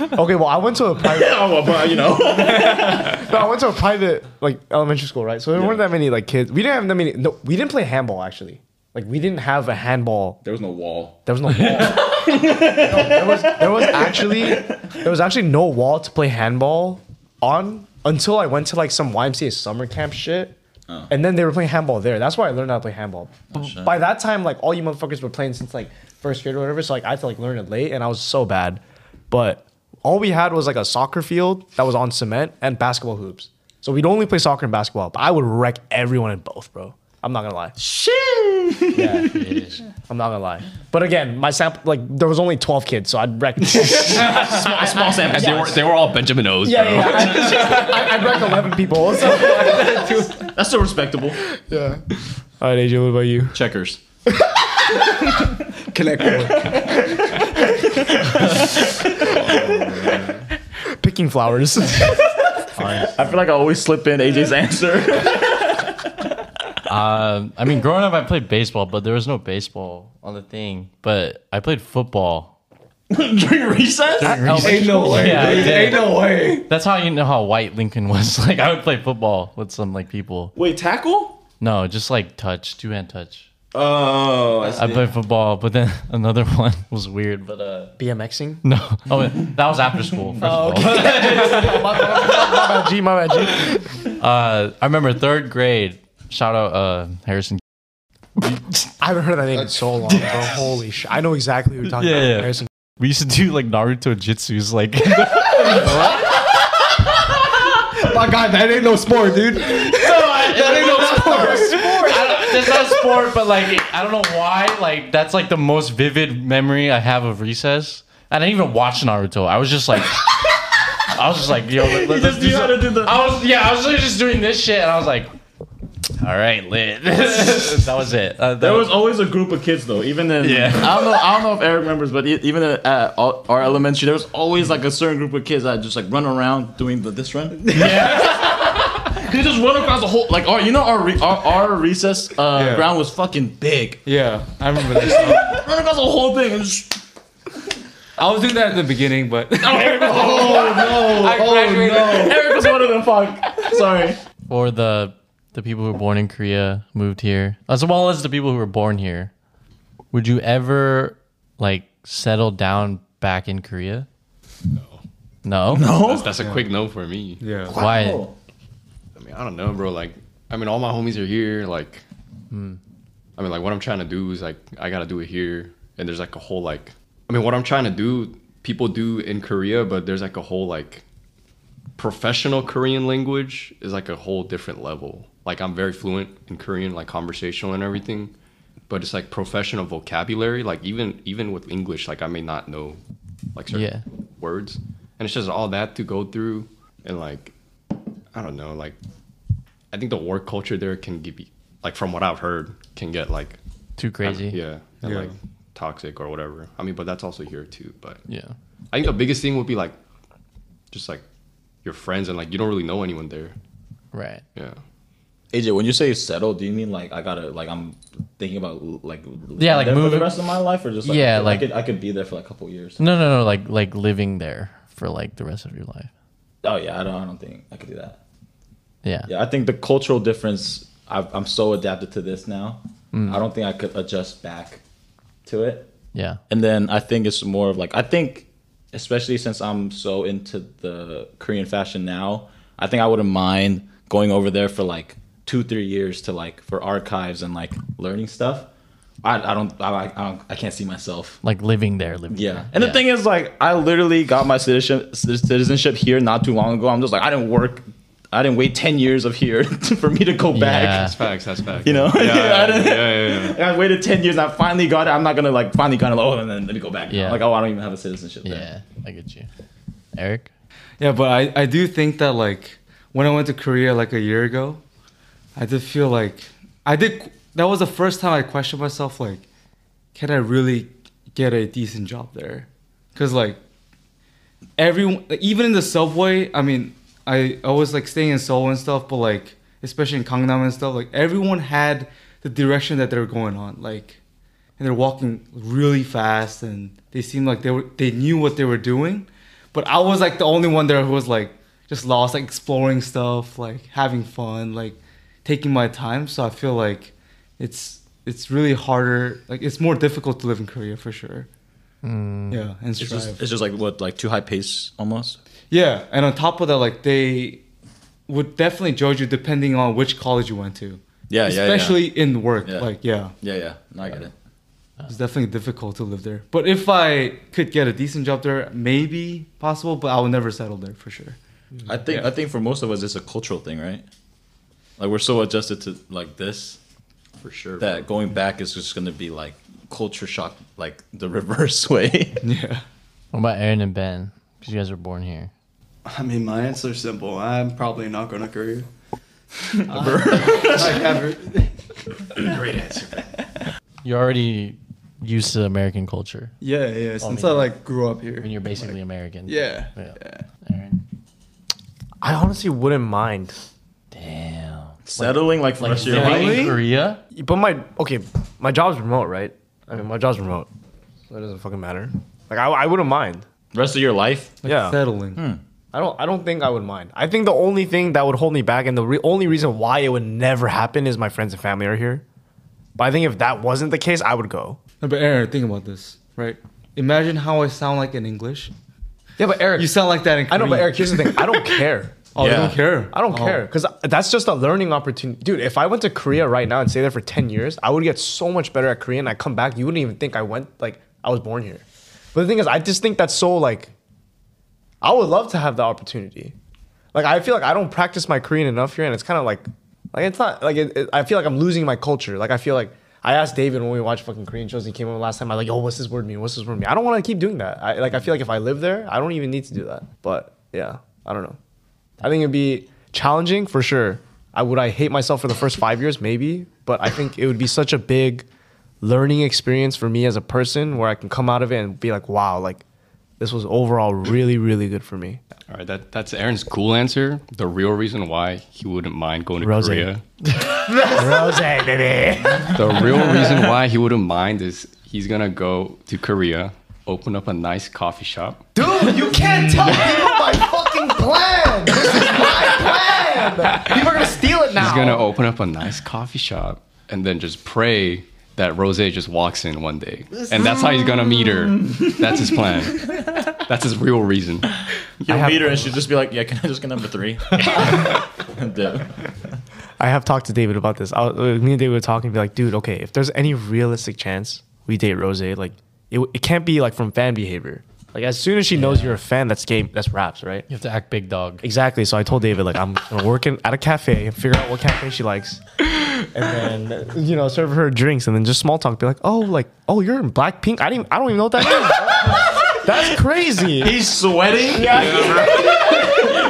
Speaker 2: Okay, well, I went to a private.
Speaker 11: oh, but you know.
Speaker 2: no, I went to a private like elementary school, right? So there weren't that many like kids. We didn't have that many. No, we didn't play handball actually. Like we didn't have a handball.
Speaker 5: There was no wall.
Speaker 2: There was no wall. No, there was there was actually there was actually no wall to play handball on until I went to like some YMCA summer camp shit.
Speaker 5: Oh.
Speaker 2: And then they were playing handball there. That's why I learned how to play handball.
Speaker 5: Oh, shit.
Speaker 2: By that time, like all you motherfuckers were playing since like first grade or whatever. So like I had to like learn it late, and I was so bad. But all we had was like a soccer field that was on cement and basketball hoops. So we'd only play soccer and basketball. But I would wreck everyone in both, bro. I'm not gonna lie.
Speaker 11: Shit.
Speaker 2: Yeah, I'm not gonna lie. But again, my sample like there was only 12 kids, so I'd wreck. small,
Speaker 11: small sample
Speaker 4: And they were they were all Benjamin O's.
Speaker 2: Yeah,
Speaker 4: bro.
Speaker 2: yeah, yeah. I, I, I wrecked 11 people. So.
Speaker 11: That's still respectable.
Speaker 2: Yeah. All right, AJ, what about you?
Speaker 5: Checkers.
Speaker 2: Connect. Picking flowers.
Speaker 5: I feel like I always slip in AJ's answer.
Speaker 1: Um, I mean, growing up, I played baseball, but there was no baseball on the thing. But I played football.
Speaker 11: During recess?
Speaker 1: during recess. Yeah, I did. That's how you know how white Lincoln was. Like I would play football with some like people.
Speaker 11: Wait, tackle?
Speaker 1: No, just like touch, two hand touch.
Speaker 11: Oh,
Speaker 1: I played football, but then another one was weird. But uh,
Speaker 2: BMXing?
Speaker 1: no, oh, wait, that was after school. First
Speaker 2: Oh,
Speaker 1: of all.
Speaker 2: my bad, G, my bad, G.
Speaker 1: Uh, I remember third grade. Shout out uh, Harrison.
Speaker 2: I haven't heard that name in so long, bro. Holy shit. I know exactly who you're talking about. Harrison.
Speaker 1: We used to do like Naruto jitsus, like
Speaker 6: My God, that ain't no sport, dude.
Speaker 11: that
Speaker 6: ain't no sport.
Speaker 1: That's not sport, but like I don't know why. Like that's like the most vivid memory I have of recess. I didn't even watch Naruto. I was just like, I was just like, yo, let, let, let's do, some- I was yeah, I was literally just doing this shit, and I was like, all right, lit. that was it. Uh, that
Speaker 5: There was always a group of kids though, even in
Speaker 1: Yeah.
Speaker 5: I don't know. I don't know if Eric remembers, but e- even at uh, all- our elementary, there was always like a certain group of kids that just like run around doing the this run. they just run across the whole like our you know our re- our, our recess uh,
Speaker 11: Yeah.
Speaker 5: ground was fucking big.
Speaker 11: Yeah, I remember
Speaker 5: Just run across the whole thing. And just,
Speaker 11: I was doing that at the beginning, but
Speaker 5: oh, Eric was, I graduated. oh, Eric was one of them. Fuck. Sorry.
Speaker 1: for the the people who were born in Korea, moved here, as well as the people who were born here. Would you ever like settle down back in Korea? No. No.
Speaker 4: That's, that's a quick no for me.
Speaker 1: Yeah. Why? Wow.
Speaker 4: I mean, I don't know, bro. Like, I mean, all my homies are here. Like,
Speaker 1: Hmm.
Speaker 4: I mean, like, what I'm trying to do is like, I gotta do it here. And there's like a whole like, I mean, what I'm trying to do, people do in Korea, but there's like a whole like, professional Korean language is like a whole different level. Like, I'm very fluent in Korean, like conversational and everything, but it's like professional vocabulary. Like, even even with English, like, I may not know like certain
Speaker 1: Yeah.
Speaker 4: words, and it's just all that to go through, and like, I don't know, like. I think the work culture there can give you, like from what I've heard, can get like
Speaker 1: Too crazy.
Speaker 4: I- yeah, and
Speaker 1: Yeah.
Speaker 4: like toxic or whatever. I mean, but that's also here too. But
Speaker 1: Yeah.
Speaker 4: I think the biggest thing would be like, just like your friends and like you don't really know anyone there.
Speaker 1: Right.
Speaker 4: Yeah.
Speaker 5: AJ, when you say settle, do you mean like I gotta like I'm thinking about like
Speaker 1: Yeah, like
Speaker 5: there for
Speaker 1: moving-
Speaker 5: the rest of my life or just like,
Speaker 1: Yeah,
Speaker 5: I could-
Speaker 1: like-
Speaker 5: I could, I could be there for like a couple years.
Speaker 1: No, no, no. Like like living there for like the rest of your life.
Speaker 5: Oh yeah, I don't I don't think I could do that.
Speaker 1: Yeah.
Speaker 5: Yeah, I think the cultural difference. I've, I'm so adapted to this now.
Speaker 1: Mm.
Speaker 5: I don't think I could adjust back to it.
Speaker 1: Yeah.
Speaker 5: And then I think it's more of like I think, especially since I'm so into the Korean fashion now, I think I wouldn't mind going over there for like two, three years to like for archives and like learning stuff. I, I don't I, I don't I can't see myself
Speaker 1: Like living there, living
Speaker 5: yeah. And the thing is, like, I literally got my citizenship citizenship here not too long ago. I'm just like, I didn't work, I didn't wait ten years of here for me to go back.
Speaker 4: That's facts. That's facts.
Speaker 5: You know,
Speaker 4: Yeah.
Speaker 5: I,
Speaker 4: Yeah. yeah,
Speaker 5: didn't-
Speaker 4: yeah, yeah.
Speaker 5: and I waited ten years. And I finally got it. I'm not gonna like finally got it. Like, oh, and then let me go back.
Speaker 11: Yeah.
Speaker 5: Yeah. Like, oh, I don't even have a citizenship.
Speaker 1: Yeah, I get you. Eric.
Speaker 11: Yeah, but I, I do think that like when I went to Korea like a year ago, I did feel like I did that was the first time I questioned myself like, can I really get a decent job there? because like everyone, even in the subway. I mean, I I was like staying in Seoul and stuff, but like especially in Gangnam and stuff, like everyone had the direction that they were going on, like, and they're walking really fast, and they seemed like they were they knew what they were doing, but I was like the only one there who was like just lost, like exploring stuff, like having fun, like taking my time. So I feel like it's it's really harder, like it's more difficult to live in Korea for sure. Yeah, and
Speaker 5: it's
Speaker 11: strive.
Speaker 5: just, it's just like what, like too high pace almost.
Speaker 11: Yeah, and on top of that, like they would definitely judge you depending on which college you went to.
Speaker 5: Yeah, yeah, yeah.
Speaker 11: especially in work. Like, yeah,
Speaker 5: yeah, yeah. No, I get it.
Speaker 11: it's definitely difficult to live there. But if I could get a decent job there, maybe possible. But I would never settle there for sure.
Speaker 5: I think I think for most of us, it's a cultural thing, right? Like we're so adjusted to like this, for sure. That going back is just gonna be like culture shock, like the reverse way.
Speaker 11: yeah.
Speaker 1: What about Aaron and Ben? Because you guys were born here.
Speaker 15: I mean, my answer's simple. I'm probably not going to Korea. like ever.
Speaker 5: Great answer.
Speaker 1: You're already used to American culture.
Speaker 15: Yeah, yeah. Since I like grew up here. When
Speaker 1: you're basically American.
Speaker 15: Yeah.
Speaker 1: Yeah.
Speaker 2: I honestly wouldn't mind.
Speaker 1: Damn.
Speaker 5: Settling like,
Speaker 2: for
Speaker 5: for your life?
Speaker 1: Korea.
Speaker 2: But my okay, my job's remote, right? I mean, my job's remote. So it doesn't fucking matter. Like I, I wouldn't mind.
Speaker 5: Rest of your life.
Speaker 2: yeah.
Speaker 11: Settling.
Speaker 2: I don't. I don't think I would mind. I think the only thing that would hold me back, and the re- only reason why it would never happen, is my friends and family are here. But I think if that wasn't the case, I would go.
Speaker 11: No, but Aaron, think about this, right? Imagine how I sound like in English.
Speaker 2: Yeah, but Eric,
Speaker 11: you sound like that in.
Speaker 2: I know, but
Speaker 11: Korean.
Speaker 2: Eric, here's the thing. I don't care.
Speaker 11: Oh, you don't care.
Speaker 2: I don't
Speaker 11: Oh.
Speaker 2: care because that's just a learning opportunity, dude. If I went to Korea right now and stay there for ten years, I would get so much better at Korean. I come back, you wouldn't even think I went like I was born here. But the thing is, I just think that's so like. I would love to have the opportunity. Like I feel like I don't practice my Korean enough here, and it's kind of like, like it's not like it, it- I feel like I'm losing my culture. Like I feel like I asked David when we watched fucking Korean shows. He came over last time. I was like, yo, what's this word mean? What's this word mean? I don't want to keep doing that. I like I feel like if I live there, I don't even need to do that. But yeah, I don't know. I think it'd be challenging for sure. I would I hate myself for the first five years, maybe, but I think it would be such a big learning experience for me as a person where I can come out of it and be like, wow, like this was overall really, really good for me.
Speaker 4: All right, that that's Aaron's cool answer. The real reason why he wouldn't mind going to
Speaker 2: Rose.
Speaker 4: Korea.
Speaker 2: Rose, baby.
Speaker 4: The real reason why he wouldn't mind is he's gonna go to Korea, open up a nice coffee shop.
Speaker 7: Dude, you can't tell people my fucking plan. This is my plan. People are gonna steal it
Speaker 4: He's
Speaker 7: now.
Speaker 4: gonna open up a nice coffee shop and then just pray that Rose just walks in one day, and that's how he's gonna meet her. That's his plan. That's his real reason.
Speaker 5: You meet her and she'd just be like, "Yeah, can I just get number three? Dude.
Speaker 2: I have talked to David about this. I was, uh, me and David were talking, be like, dude, okay, if there's any realistic chance we date Rose, like it, it can't be like from fan behavior. Like as soon as she knows you're a fan, that's game, that's raps, right? You
Speaker 1: have to act big dog.
Speaker 2: Exactly. So I told David like I'm gonna work in, at a cafe and figure out what cafe she likes, and then you know serve her drinks and then just small talk. Be like, oh, like oh, you're in Blackpink. I didn't. I don't even know what that is. that's crazy.
Speaker 5: He's sweating.
Speaker 2: Yeah.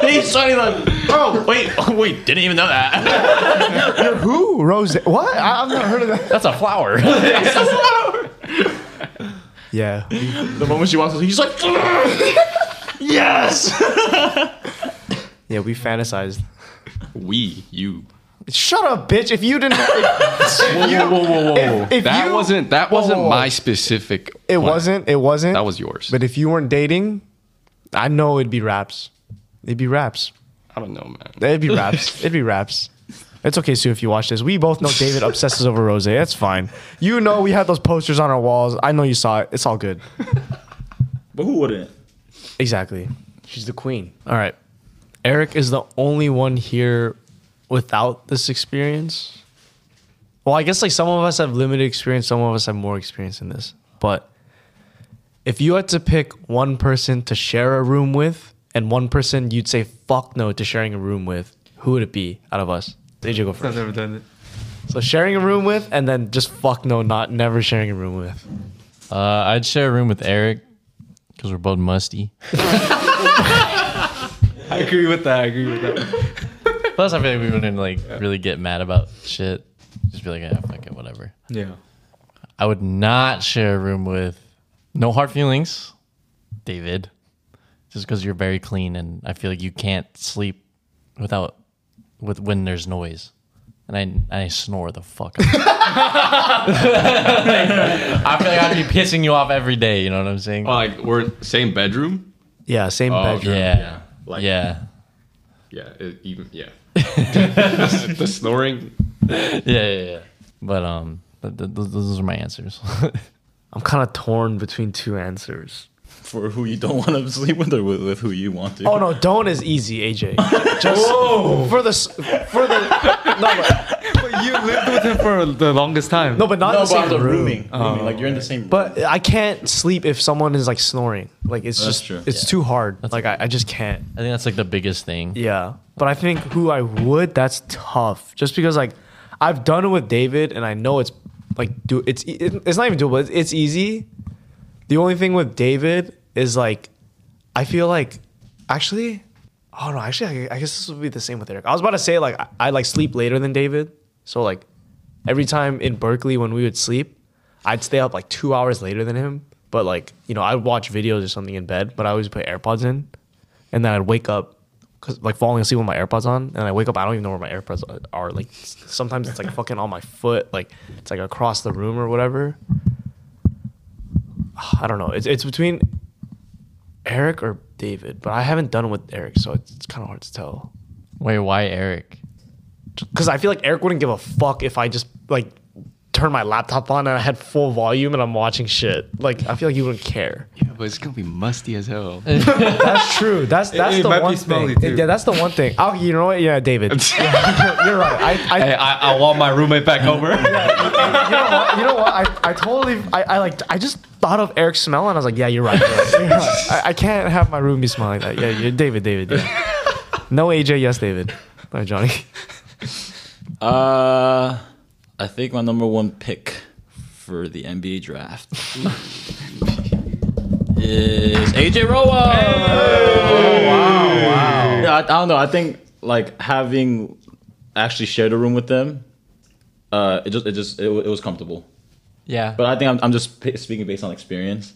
Speaker 5: He's sweating like, bro. Wait, oh, wait, didn't even know that.
Speaker 2: You're who? Rose? What? I, I've never heard of that.
Speaker 1: That's a flower.
Speaker 2: yeah.
Speaker 5: The moment she walks, in, he's like, yes.
Speaker 2: Yeah, we fantasized.
Speaker 4: We, you.
Speaker 2: Shut up, bitch! If you didn't,
Speaker 4: Whoa, whoa, whoa, whoa, whoa!
Speaker 2: If- if
Speaker 4: that
Speaker 2: you-
Speaker 4: wasn't that
Speaker 2: Whoa,
Speaker 4: wasn't
Speaker 2: whoa, whoa.
Speaker 4: my specific.
Speaker 2: It
Speaker 4: plan.
Speaker 2: wasn't. It wasn't.
Speaker 4: That was yours.
Speaker 2: But if you weren't dating, I know it'd be raps. It'd be raps.
Speaker 4: I don't know, man.
Speaker 2: It'd be raps. it'd be raps. It's okay, Sue, if you watch this. We both know David obsesses over Rose. That's fine. You know we had those posters on our walls. I know you saw it. It's all good.
Speaker 5: But who wouldn't?
Speaker 2: Exactly. She's the queen. All right. Eric is the only one here without this experience. Well, I guess like some of us have limited experience, some of us have more experience in this. But if you had to pick one person to share a room with and one person you'd say fuck no to sharing a room with, who would it be out of us? AJ go
Speaker 11: I've
Speaker 2: first.
Speaker 11: never done it.
Speaker 2: So sharing a room with and then just fuck no, not never sharing a room with.
Speaker 1: Uh, I'd share a room with Eric because we're both musty.
Speaker 11: I agree with that. I agree with that.
Speaker 1: Plus, I feel like we wouldn't like really get mad about shit. Just be like, yeah, fuck it, whatever.
Speaker 11: Yeah.
Speaker 1: I would not share a room with. No hard feelings. David. Just because you're very clean, and I feel like you can't sleep without with when there's noise, and I I snore the fuck. out. I feel like I'd be pissing you off every day. You know what I'm saying?
Speaker 4: like we're same bedroom.
Speaker 2: Yeah, same
Speaker 4: Oh,
Speaker 2: bedroom.
Speaker 4: yeah.
Speaker 1: Yeah. yeah.
Speaker 4: Yeah, it, even yeah. the, snoring.
Speaker 1: yeah, yeah, yeah. But um, th- th- th- those are my answers.
Speaker 2: I'm kind of torn between two answers.
Speaker 5: For who you don't want to sleep with or with, with who you want to.
Speaker 2: Oh no, don't is easy, AJ. Just for the s- for the no, but you lived with him for
Speaker 11: the longest time.
Speaker 2: no, but not in the same room. Oh.
Speaker 5: Rooming, Like you're in the same
Speaker 2: But I can't sleep if someone is like snoring. Like it's
Speaker 1: That's
Speaker 2: just
Speaker 1: true.
Speaker 2: it's
Speaker 1: Yeah.
Speaker 2: too hard. like I, I just can't.
Speaker 1: I think that's like the biggest thing.
Speaker 2: Yeah. But I think who I would, that's tough. Just because like I've done it with David and I know it's like do it's e- it, it's not even doable. It's, it's easy. The only thing with David is like I feel like actually oh no, actually I, I guess this would be the same with Eric. I was about to say like I, I like sleep later than David. So like every time in Berkeley when we would sleep, I'd stay up like 2 hours later than him. But like, you know, I'd watch videos or something in bed, but I always put AirPods in and then I'd wake up cause like falling asleep with my AirPods on, and I wake up. I don't even know where my AirPods are. Like s- sometimes it's like fucking on my foot, like it's like across the room or whatever. I don't know. It's it's between Eric or David, but I haven't done it with Eric, so it's, it's kind of hard to tell.
Speaker 1: Wait, why Eric?
Speaker 2: Because I feel like Eric wouldn't give a fuck if I just like turned my laptop on and I had full volume and I'm watching shit. Like I feel like he wouldn't care.
Speaker 4: Yeah, but it's gonna be musty as hell.
Speaker 2: that's true. That's
Speaker 4: It-
Speaker 2: that's
Speaker 4: it
Speaker 2: the
Speaker 4: might be
Speaker 2: one
Speaker 4: smelly,
Speaker 2: thing.
Speaker 4: too.
Speaker 2: Yeah, that's the one thing. Oh, you know what? Yeah, David. Yeah, you're right. I, I,
Speaker 4: hey, I, I want my roommate back over.
Speaker 2: you know what? You know what? I, I totally I, I like I just thought of Eric's smell and I was like, yeah, you're right. You're right. You're right. I, I can't have my room be smelling like that. Yeah, you're David. David. Yeah. No AJ. Yes, David. All right, Johnny.
Speaker 5: Uh, I think my number one pick for the NBA draft is AJ Roa.
Speaker 2: Oh,
Speaker 5: wow, wow. Yeah, I, I don't know. I think like having actually shared a room with them, uh, it just it just it, wa- it was comfortable.
Speaker 1: Yeah.
Speaker 5: But I think I'm, I'm just p- speaking based on experience.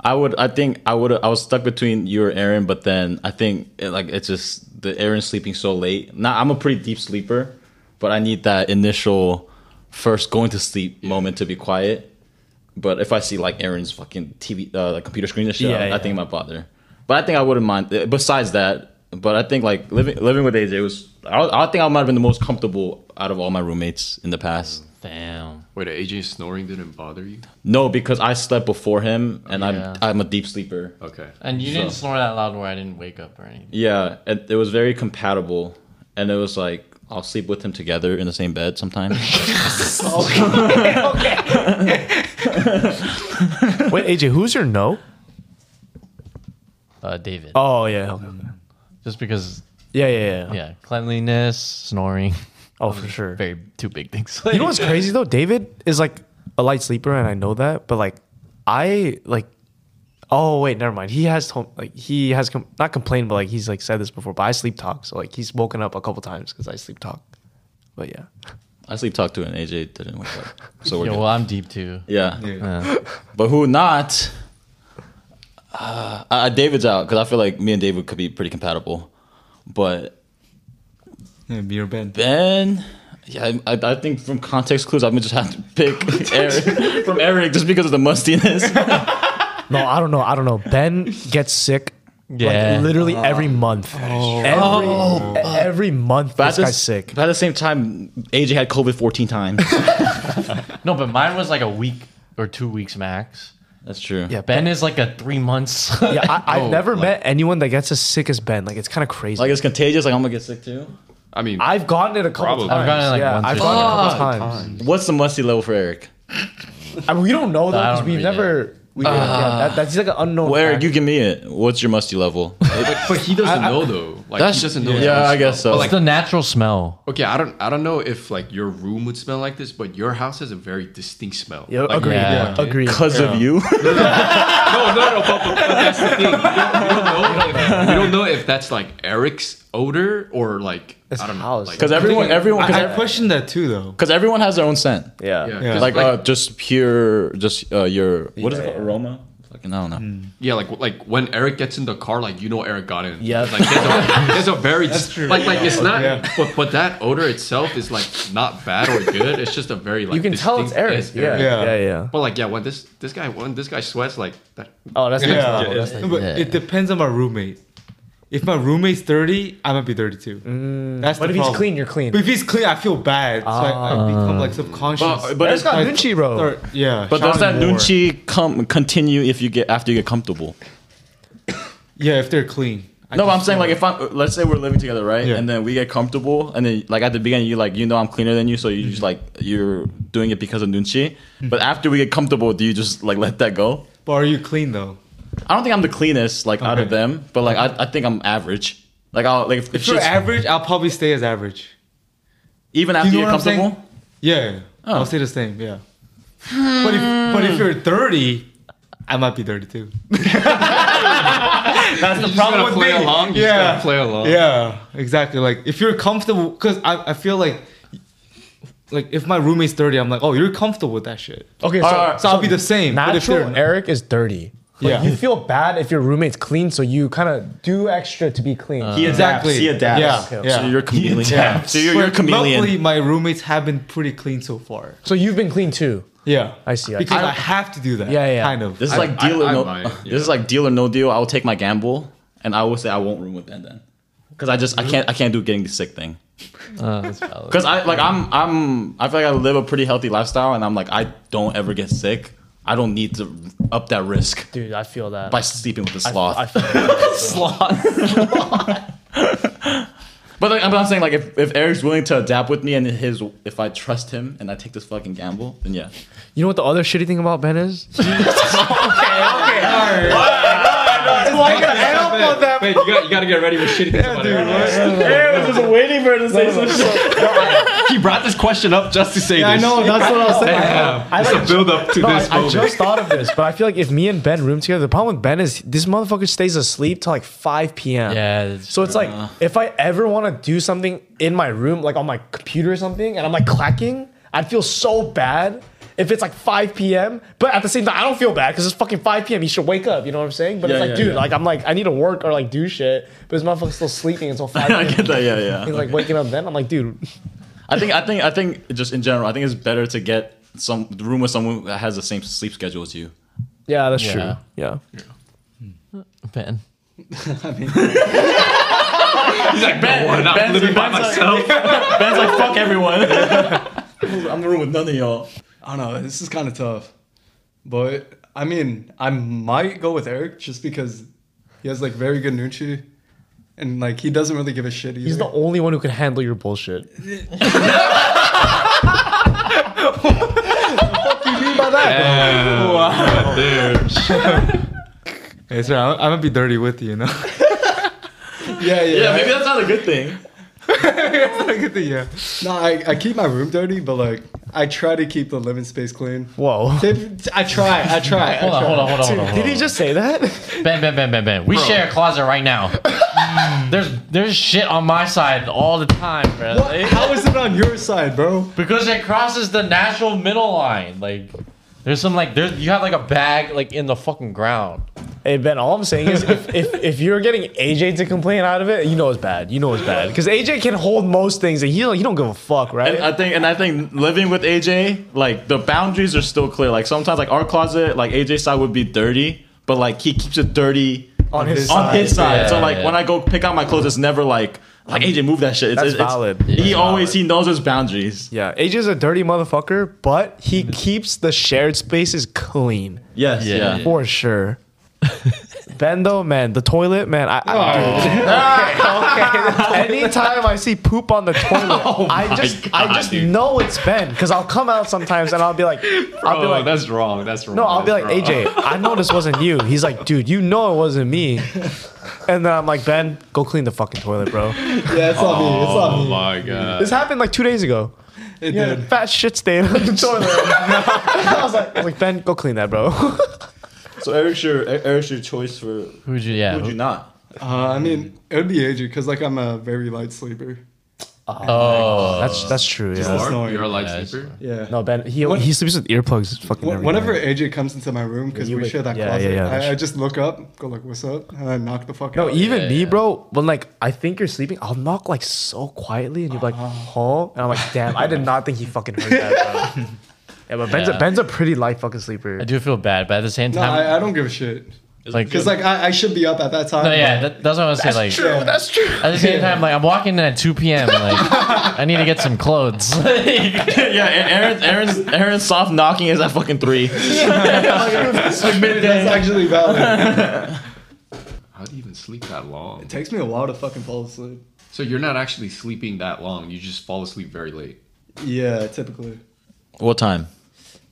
Speaker 5: I would, I think I would, I was stuck between you or Aaron, but then I think it, like it's just the Aaron sleeping so late. Now I'm a pretty deep sleeper, but I need that initial first going to sleep moment to be quiet. But if I see like Aaron's fucking TV, uh, like computer screen and shit,
Speaker 4: Yeah,
Speaker 5: I,
Speaker 4: yeah.
Speaker 5: I think it might bother. But I think I wouldn't mind. uh, Besides that, but I think like living living with AJ was, I, I think I might have been the most comfortable out of all my roommates in the past.
Speaker 1: Damn.
Speaker 4: Wait, AJ snoring didn't bother you?
Speaker 5: No, because I slept before him, and
Speaker 1: Yeah.
Speaker 5: I'm I'm a deep sleeper.
Speaker 4: Okay.
Speaker 1: And you
Speaker 5: So-
Speaker 1: didn't snore that loud where I didn't wake up or anything.
Speaker 5: Yeah, it, it was very compatible, and it was like I'll sleep with him together in the same bed sometimes.
Speaker 2: Wait, AJ, who's your no?
Speaker 1: Uh, David.
Speaker 2: Oh yeah.
Speaker 1: Just because.
Speaker 2: Yeah, yeah, yeah.
Speaker 1: Yeah, cleanliness, snoring.
Speaker 2: Oh, for sure.
Speaker 1: Very two big things.
Speaker 2: You know what's crazy though? David is like a light sleeper, and I know that. But like, I like. Oh wait, never mind. He has told like he has com- not complained, but like he's like said this before. But I sleep talk, so like he's woken up a couple times because I sleep talk. But yeah.
Speaker 5: I sleep talk to and AJ didn't wake up, so we're
Speaker 1: Yeah,
Speaker 5: good.
Speaker 1: well, I'm deep too.
Speaker 5: Yeah.
Speaker 1: Yeah.
Speaker 5: but who not? Uh, uh, David's out because I feel like me and David could be pretty compatible, but
Speaker 11: Yeah, me or Ben.
Speaker 5: Ben. Yeah, I, I think from context clues, I'm gonna just have to pick Eric from Eric just because of the mustiness.
Speaker 2: No, I don't know. I don't know. Ben gets sick.
Speaker 5: Yeah.
Speaker 2: Like literally
Speaker 5: Uh,
Speaker 2: every month. every,
Speaker 5: Oh,
Speaker 2: e- every month
Speaker 5: But
Speaker 2: this
Speaker 5: at the
Speaker 2: guy's
Speaker 5: s-
Speaker 2: sick.
Speaker 5: But at the same time, AJ had COVID 14 times.
Speaker 1: No, but mine was like a week or two weeks max.
Speaker 5: That's true.
Speaker 1: Yeah, Ben is like a three months.
Speaker 2: Yeah, I, I've
Speaker 1: Oh,
Speaker 2: never
Speaker 1: like-
Speaker 2: met anyone that gets as sick as Ben. Like it's kind of crazy.
Speaker 5: Like it's contagious. Like I'm gonna get sick too.
Speaker 4: I mean,
Speaker 2: I've gotten it a couple
Speaker 5: Probably.
Speaker 2: times. yeah, I've gotten it a couple times.
Speaker 5: What's the musty level for Eric?
Speaker 2: I mean, we don't know though
Speaker 5: I
Speaker 2: because
Speaker 5: don't
Speaker 2: we've
Speaker 5: read
Speaker 2: never. We,
Speaker 5: Ah.
Speaker 2: yeah, that, that's like an unknown.
Speaker 5: Well, Eric, you give me it. What's your musty level?
Speaker 4: but, but he doesn't know though. Like
Speaker 5: That's-
Speaker 4: he doesn't know.
Speaker 5: yeah,
Speaker 4: his own
Speaker 5: I
Speaker 4: smell.
Speaker 5: guess so.
Speaker 4: But,
Speaker 1: It's
Speaker 4: like,
Speaker 1: the natural smell.
Speaker 4: okay, I don't, I don't know if like your room would smell like this, but your house has a very distinct smell.
Speaker 2: Oh, Yeah,
Speaker 4: like,
Speaker 2: agreed.
Speaker 1: Yeah.
Speaker 4: yeah.
Speaker 2: Agreed.
Speaker 5: Because of you?
Speaker 4: no, no, no, but, but- but that's the thing. We don't, know if, we don't know if that's like Eric's odor or like I don't know. like-
Speaker 5: Because everyone, everyone,
Speaker 4: I- I-
Speaker 5: question that too, though. Because everyone has their own scent.
Speaker 2: Yeah,
Speaker 4: Yeah.
Speaker 5: like,
Speaker 4: Like-
Speaker 5: uh, just pure, just uh, your what is it, aroma? Fucking, I don't know.
Speaker 4: Yeah, like like when Eric gets in the car, like you know Eric got in.
Speaker 5: Yeah.
Speaker 4: like there's a, there's a very
Speaker 5: That's true.
Speaker 4: like like it's
Speaker 5: Yeah.
Speaker 4: not,
Speaker 5: Yeah.
Speaker 4: but but that odor itself is like not bad or good. It's just a very like
Speaker 5: You can tell it's
Speaker 4: distinct-
Speaker 5: Eric. Yeah. Yeah. Yeah, yeah.
Speaker 4: But like yeah, when this this guy when this guy sweats like that.
Speaker 11: but it depends on my roommate. If my roommate's dirty, I might be dirty too. That's
Speaker 2: But
Speaker 11: the
Speaker 2: if he's
Speaker 11: problem.
Speaker 2: clean, you're clean.
Speaker 11: But if he's clean, I feel bad. So I, I
Speaker 5: Ah.
Speaker 11: become like subconscious.
Speaker 5: But- but That's it's- not Nunchi,
Speaker 11: bro. yeah.
Speaker 5: But does that
Speaker 11: Sean Moore.
Speaker 5: nunchi come continue if you get after you get comfortable?
Speaker 11: Yeah, if they're clean.
Speaker 5: no, but I'm saying like if I'm let's say we're living together, right? And then we get comfortable, and then like at the beginning you like you know I'm cleaner than you, so you just
Speaker 11: Mm-hmm.
Speaker 5: like you're doing it because of nunchi. But after we get comfortable, do you just like let that go?
Speaker 11: But are you clean though?
Speaker 5: I don't think I'm the cleanest like out of them, but like I, I think I'm average. Like I'll like if,
Speaker 11: If you're
Speaker 5: she's-
Speaker 11: average, I'll probably stay as average.
Speaker 5: even
Speaker 11: Do
Speaker 5: after
Speaker 11: you
Speaker 5: you
Speaker 11: know
Speaker 5: are
Speaker 11: what I'm saying?
Speaker 5: comfortable.
Speaker 11: Yeah. I'll stay the same. Yeah. But if but if you're dirty, I might be dirty too. That's the
Speaker 4: just
Speaker 11: problem
Speaker 4: gotta
Speaker 11: with
Speaker 4: play
Speaker 11: me.
Speaker 4: along, you just
Speaker 11: yeah.
Speaker 4: gotta play along.
Speaker 11: Yeah. Exactly. Like if you're comfortable, because I, I feel like like if my roommate's dirty, I'm like, oh, you're comfortable with that shit.
Speaker 2: Okay, so,
Speaker 11: so, so I'll be the same. But if
Speaker 2: Natural
Speaker 11: they're
Speaker 2: Eric is dirty. Like,
Speaker 11: Yeah.
Speaker 2: you feel bad if your roommate's clean, so you kind of do extra to be clean.
Speaker 11: He adapts. Exactly. He adapts. Yeah. Yeah. So you're a
Speaker 5: chameleon.
Speaker 11: Yeah.
Speaker 2: So you're, you're a
Speaker 11: But
Speaker 2: chameleon.
Speaker 11: Luckily, my roommates have been pretty clean so far.
Speaker 2: So you've been clean too.
Speaker 11: Yeah,
Speaker 2: I see. I
Speaker 11: because
Speaker 2: see.
Speaker 11: I, have to do that.
Speaker 2: Yeah, yeah.
Speaker 11: Kind of.
Speaker 5: This is
Speaker 11: I-
Speaker 5: like deal
Speaker 11: I-
Speaker 5: or
Speaker 11: I
Speaker 5: no.
Speaker 11: might,
Speaker 5: This is like deal or no deal. I will take my gamble, and I will say I won't room with them then, because I just I can't I can't do getting the sick thing.
Speaker 2: Oh,
Speaker 5: Because I like I'm I'm I feel like I live a pretty healthy lifestyle, and I'm like I don't ever get sick. I don't need to up that risk.
Speaker 2: Dude, I feel that.
Speaker 5: by sleeping with a sloth.
Speaker 2: I feel
Speaker 5: But like, I'm not saying like if, if Eric's willing to adapt with me and his if I trust him and I take this fucking gamble, then yeah.
Speaker 16: You know what the other shitty thing about Ben is?
Speaker 2: I got help on that.
Speaker 4: Wait, you got you got to get ready with shitty. Yeah,
Speaker 2: Eric was just waiting for it to say some shit.
Speaker 4: he brought this question up just to say
Speaker 2: Yeah, I
Speaker 4: this.
Speaker 2: know, that's what I was saying.
Speaker 4: Yeah.
Speaker 2: I
Speaker 4: It's
Speaker 2: like-
Speaker 4: a build up to
Speaker 2: No,
Speaker 4: this
Speaker 2: I, I
Speaker 4: moment.
Speaker 2: just thought of this, but I feel like if me and Ben room together, the problem with Ben is this motherfucker stays asleep till like 5 p.m.
Speaker 1: Yeah.
Speaker 2: So it's like if I ever want to do something in my room, like on my computer or something, and I'm like clacking, I'd feel so bad if it's like 5 p.m. But at the same time, I don't feel bad because it's fucking 5 p.m. You should wake up. You know what I'm saying? But
Speaker 5: Yeah,
Speaker 2: it's like,
Speaker 5: yeah,
Speaker 2: dude,
Speaker 5: yeah.
Speaker 2: like I'm like I need to work or like do shit, but this motherfucker's still sleeping until 5 p.m.
Speaker 5: I get that. Yeah, yeah.
Speaker 2: He's like waking up then. I'm like, dude,
Speaker 5: I think I think I think just in general, I think it's better to get some the room with someone that has the same sleep schedule as you.
Speaker 2: yeah, that's
Speaker 5: Yeah.
Speaker 2: true. Yeah.
Speaker 1: Hmm. Ben.
Speaker 5: He's like Ben.
Speaker 1: No, I'm
Speaker 5: Ben's,
Speaker 1: living by
Speaker 5: Ben's
Speaker 1: myself."
Speaker 5: Like, Ben's like fuck everyone.
Speaker 17: I'm in the room with none of y'all. I don't know. This is kind of tough, but I mean, I might go with Eric just because he has like very good Nucci, and like he doesn't really give a shit either.
Speaker 2: He's the only one who can handle your bullshit.
Speaker 11: Yeah.
Speaker 18: Wow.
Speaker 11: Hey, sir, I'm, I'm gonna be dirty with you, you know.
Speaker 17: yeah, yeah.
Speaker 5: Yeah, maybe that's not a good thing.
Speaker 17: yeah. No, I, I keep my room dirty, but like I try to keep the living space clean.
Speaker 2: Whoa.
Speaker 17: I try. I try. I
Speaker 1: Hold on,
Speaker 17: try.
Speaker 1: hold on, hold on, hold on. hold on.
Speaker 2: just say that?
Speaker 1: Ben, Ben, Ben, Ben, Ben. We
Speaker 17: Bro.
Speaker 1: share a closet right now. there's there's shit on my side all the time, bro.
Speaker 17: What? How is it on your side, bro?
Speaker 1: Because it crosses the natural middle line. Like there's some like there's you have like a bag like in the fucking ground.
Speaker 2: Hey Ben, all I'm saying is if, if, if you're getting AJ to complain out of it, you know it's bad. You know it's bad because AJ can hold most things and he don't, he don't give a fuck, right?
Speaker 5: And uh, I think and I think living with AJ, like the boundaries are still clear. Like sometimes like our closet, like AJ's side would be dirty, but like he keeps it dirty
Speaker 2: On his
Speaker 5: on
Speaker 2: side.
Speaker 5: his side.
Speaker 2: Yeah,
Speaker 5: so like
Speaker 2: yeah.
Speaker 5: when I go pick out my clothes, it's never like like AJ move that shit. It's,
Speaker 2: That's
Speaker 5: it's-
Speaker 2: valid.
Speaker 5: It's, he
Speaker 2: Yeah.
Speaker 5: always he knows his boundaries.
Speaker 2: yeah, AJ's a dirty motherfucker, but he keeps the shared spaces clean.
Speaker 5: Yes. Yeah. yeah.
Speaker 2: for sure. ben though, man, the toilet, man. I, I, okay, okay. Anytime I see poop on the toilet, I
Speaker 4: Oh. my
Speaker 2: just
Speaker 4: God,
Speaker 2: I just know it's Ben because I'll come out sometimes and I'll be like, I'll be
Speaker 4: Bro,
Speaker 2: like,
Speaker 4: Oh, that's wrong. That's wrong.
Speaker 2: No, I'll be
Speaker 4: that's
Speaker 2: like, AJ,
Speaker 4: wrong.
Speaker 2: I know this wasn't you. He's like, dude, you know it wasn't me. And then I'm like, Ben, go clean the fucking toilet, bro.
Speaker 17: Yeah, it's on me. It's on me.
Speaker 4: Oh my god.
Speaker 2: This happened like two days ago.
Speaker 17: It
Speaker 2: Yeah,
Speaker 17: did.
Speaker 2: Fat shit stain on the toilet. I was like, I was like, Ben, go clean that, bro.
Speaker 5: So Eric's your Eric's your choice for who
Speaker 1: would you yeah
Speaker 5: would you not?
Speaker 17: Uh, I mean, it would be AJ because like I'm a very light sleeper.
Speaker 2: Oh, that's that's true.
Speaker 4: Just
Speaker 2: yeah.
Speaker 4: the snoring. You're a light Yeah, sleeper?
Speaker 6: yeah.
Speaker 2: No, Ben. He
Speaker 6: When-
Speaker 2: he sleeps with earplugs. Fucking.
Speaker 6: Wh-
Speaker 2: every
Speaker 6: Whenever
Speaker 2: night.
Speaker 6: AJ comes into my room, because
Speaker 2: You
Speaker 6: we
Speaker 2: would-
Speaker 6: share that
Speaker 2: yeah,
Speaker 6: closet,
Speaker 2: yeah, yeah, that's
Speaker 6: I, I just look up, go like, "What's up?" and I knock the fuck
Speaker 2: No,
Speaker 6: out.
Speaker 2: even me, bro. When like I think you're sleeping, I'll knock like so quietly, and you're like, "Huh?" And I'm like, "Damn, I did not think he fucking heard that." Bro. yeah, but Ben's,
Speaker 1: Yeah.
Speaker 2: A, Ben's a pretty light fucking sleeper.
Speaker 1: I do feel bad, but at the same
Speaker 6: No,
Speaker 1: time,
Speaker 6: I, I don't give a shit.
Speaker 1: like
Speaker 6: Because like I, I should be up at that time.
Speaker 1: No, yeah,
Speaker 6: but-
Speaker 1: that, that's what I was saying. Like,
Speaker 6: That's true.
Speaker 1: At the same time, like I'm walking in at 2 p.m. Like I need to get some clothes.
Speaker 5: yeah, Aaron, Aaron's, Aaron's soft knocking is at fucking three.
Speaker 6: That's actually valid.
Speaker 4: How do you even sleep that long? It
Speaker 6: takes me a while to fucking fall asleep.
Speaker 4: So you're not actually sleeping that long. You just fall asleep very late.
Speaker 6: Yeah, typically.
Speaker 5: What time?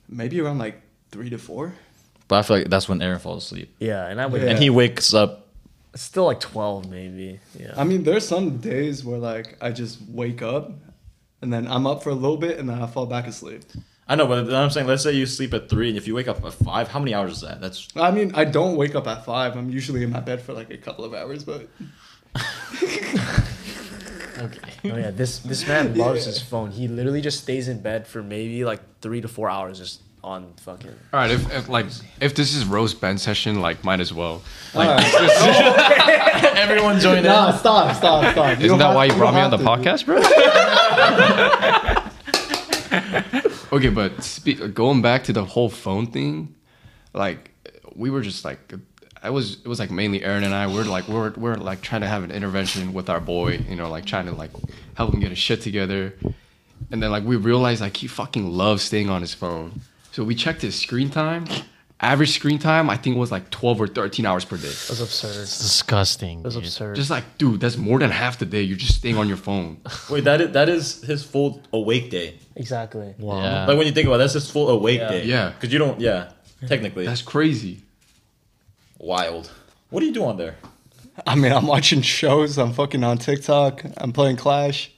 Speaker 6: Maybe around like three to four.
Speaker 5: But I feel like that's when Aaron falls asleep.
Speaker 6: Yeah, and I wake
Speaker 5: and
Speaker 6: up-
Speaker 5: he wakes up.
Speaker 2: Still like twelve, maybe. Yeah.
Speaker 6: I mean, there's some days where like I just wake up, and then I'm up for a little bit, and then I fall back asleep.
Speaker 5: I know, but I'm saying, let's say you sleep at three, and if you wake up at five, how many hours is that? That's
Speaker 6: I mean, I don't wake up at five. I'm usually in my bed for like a couple of hours, but
Speaker 2: Oh yeah, this this man loves
Speaker 6: Yeah.
Speaker 2: his phone. He literally just stays in bed for maybe like three to four hours, just on fucking.
Speaker 4: All right, if, if like if this is roast Ben session, like might as well.
Speaker 2: All
Speaker 4: Like,
Speaker 5: everyone
Speaker 4: join
Speaker 6: Nah,
Speaker 4: in.
Speaker 6: stop, stop, stop. You
Speaker 4: uh, Isn't
Speaker 6: don't
Speaker 4: that
Speaker 6: have-
Speaker 4: why you
Speaker 6: don't
Speaker 4: brought me on the
Speaker 6: have to.
Speaker 4: podcast, bro? okay, but spe- going back to the whole phone thing, like we were just like I was it was like mainly Aaron and I we are like we're we're like trying to have an intervention with our boy, you know, like trying to like help him get his shit together. And then like we realized like he fucking loves staying on his phone. So we checked his screen time. Average screen time I think was like 12 or 13 hours per day.
Speaker 2: That's absurd. It's
Speaker 1: disgusting.
Speaker 2: That's absurd.
Speaker 4: Just like dude, that's more than half the day you're just staying on your phone.
Speaker 5: wait, that is, that is his full awake day.
Speaker 2: exactly.
Speaker 4: Yeah.
Speaker 5: Like when you think about it, that's his full awake
Speaker 4: Yeah.
Speaker 5: day.
Speaker 4: Yeah.
Speaker 5: Because you don't, yeah, technically.
Speaker 4: That's crazy.
Speaker 5: Wild. What do you do on there?
Speaker 6: I mean, I'm watching shows. I'm fucking on TikTok. I'm playing Clash.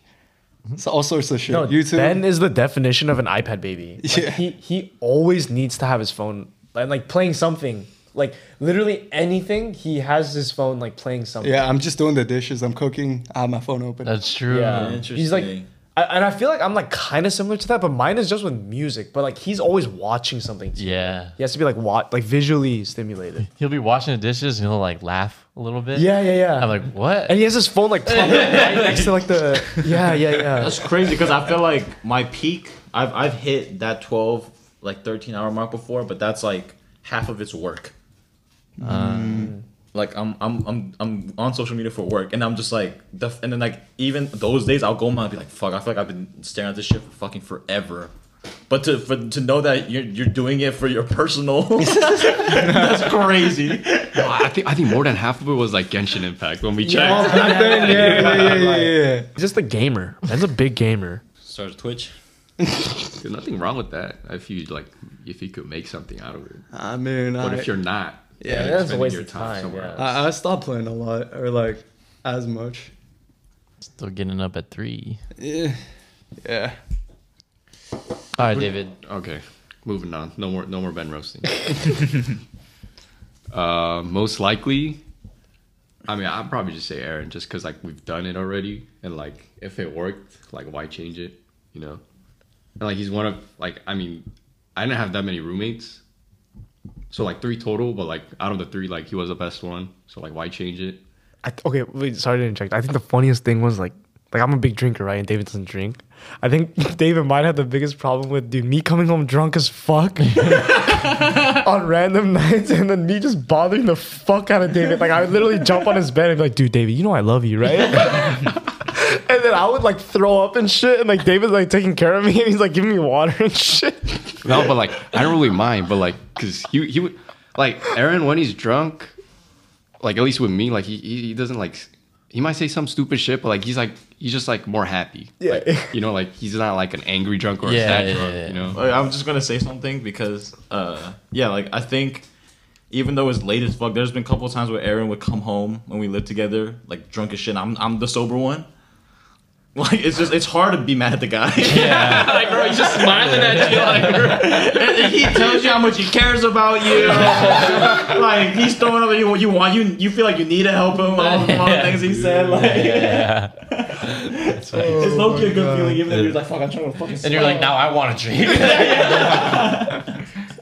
Speaker 6: It's all sorts of shit.
Speaker 2: No,
Speaker 6: YouTube.
Speaker 2: Ben is the definition of an iPad baby. Like,
Speaker 6: Yeah.
Speaker 2: he he always needs to have his phone and like playing something. Like literally anything, he has his phone like playing something.
Speaker 6: yeah, I'm just doing the dishes. I'm cooking. I have my phone open.
Speaker 1: That's true.
Speaker 2: He's like, I, and I feel like I'm like kind of similar to that, but mine is just with music. But like he's always watching something. too.
Speaker 1: Yeah.
Speaker 2: He has to be like what like visually stimulated.
Speaker 1: He'll be washing the dishes and he'll like laugh a little bit.
Speaker 2: Yeah, yeah, yeah.
Speaker 1: I'm like, what?
Speaker 2: And he has his phone like propped up right next to like the yeah, yeah, yeah.
Speaker 5: That's crazy because I feel like my peak, I've I've hit that 12, like 13 hour mark before, but that's like half of its work. Um, Like I'm I'm I'm I'm on social media for work, and I'm just like, def- and then like even those days, I'll go home and I'll be like, fuck, I feel like I've been staring at this shit for fucking forever. But to for, to know that you're you're doing it for your personal, that's crazy.
Speaker 4: No, I think I think more than half of it was like Genshin Impact when we checked.
Speaker 2: He's just a gamer. Ben's a big gamer.
Speaker 5: Started Twitch.
Speaker 4: There's nothing wrong with that if you like if you could make something out of it.
Speaker 6: I mean,
Speaker 4: but
Speaker 6: I-
Speaker 4: if you're not,
Speaker 6: Yeah,
Speaker 4: then
Speaker 6: that's a
Speaker 4: spending
Speaker 6: waste
Speaker 4: your
Speaker 6: of
Speaker 4: time, somewhere else.
Speaker 6: I, I stopped playing a lot, or like as much.
Speaker 1: Still getting up at three.
Speaker 6: Yeah. Yeah.
Speaker 1: All right, David.
Speaker 4: Okay, moving on. No more, no more Ben roasting. uh, most likely, I mean, I'd probably just say Aaron, just because like we've done it already, and like if it worked, like why change it? You know, and like he's one of like I mean, I didn't have that many roommates, so like three total, but like out of the three, like he was the best one. So like why change it?
Speaker 2: I th- okay, wait, sorry to interject. I think the funniest thing was like, like I'm a big drinker, right? And David doesn't drink. I think David might have the biggest problem with dude me coming home drunk as fuck on random nights, and then me just bothering the fuck out of David. Like I would literally jump on his bed and be like, "Dude, David, you know I love you, right?" and then I would like throw up and shit, and like David's like taking care of me, and he's like giving me water and shit.
Speaker 4: No, but like I don't really mind, but like because he he would like Aaron when he's drunk, like at least with me, like he he he doesn't like he might say some stupid shit, but like he's like he's just like more happy. Yeah, you know, like he's not like an angry drunk or a
Speaker 5: Yeah,
Speaker 4: sad
Speaker 5: yeah,
Speaker 4: drunk.
Speaker 5: yeah.
Speaker 4: You know,
Speaker 5: Like, I'm just gonna say something because, uh, yeah, like I think, even though it's late as fuck, there's been a couple times where Aaron would come home when we lived together, like drunk as shit. and I'm I'm the sober one. Like it's just it's hard to be mad at the guy. Yeah, like bro, he's just smiling at you. Like bro. And- and he tells you how much he cares about you. like he's throwing up at you what you want. You you feel like you need to help him. All, all the things he said. Like
Speaker 1: That's nice.
Speaker 5: It's low key a good feeling, even though
Speaker 1: Yeah.
Speaker 5: you're like, fuck, I'm trying to fucking.
Speaker 1: And you're like, now I want to drink.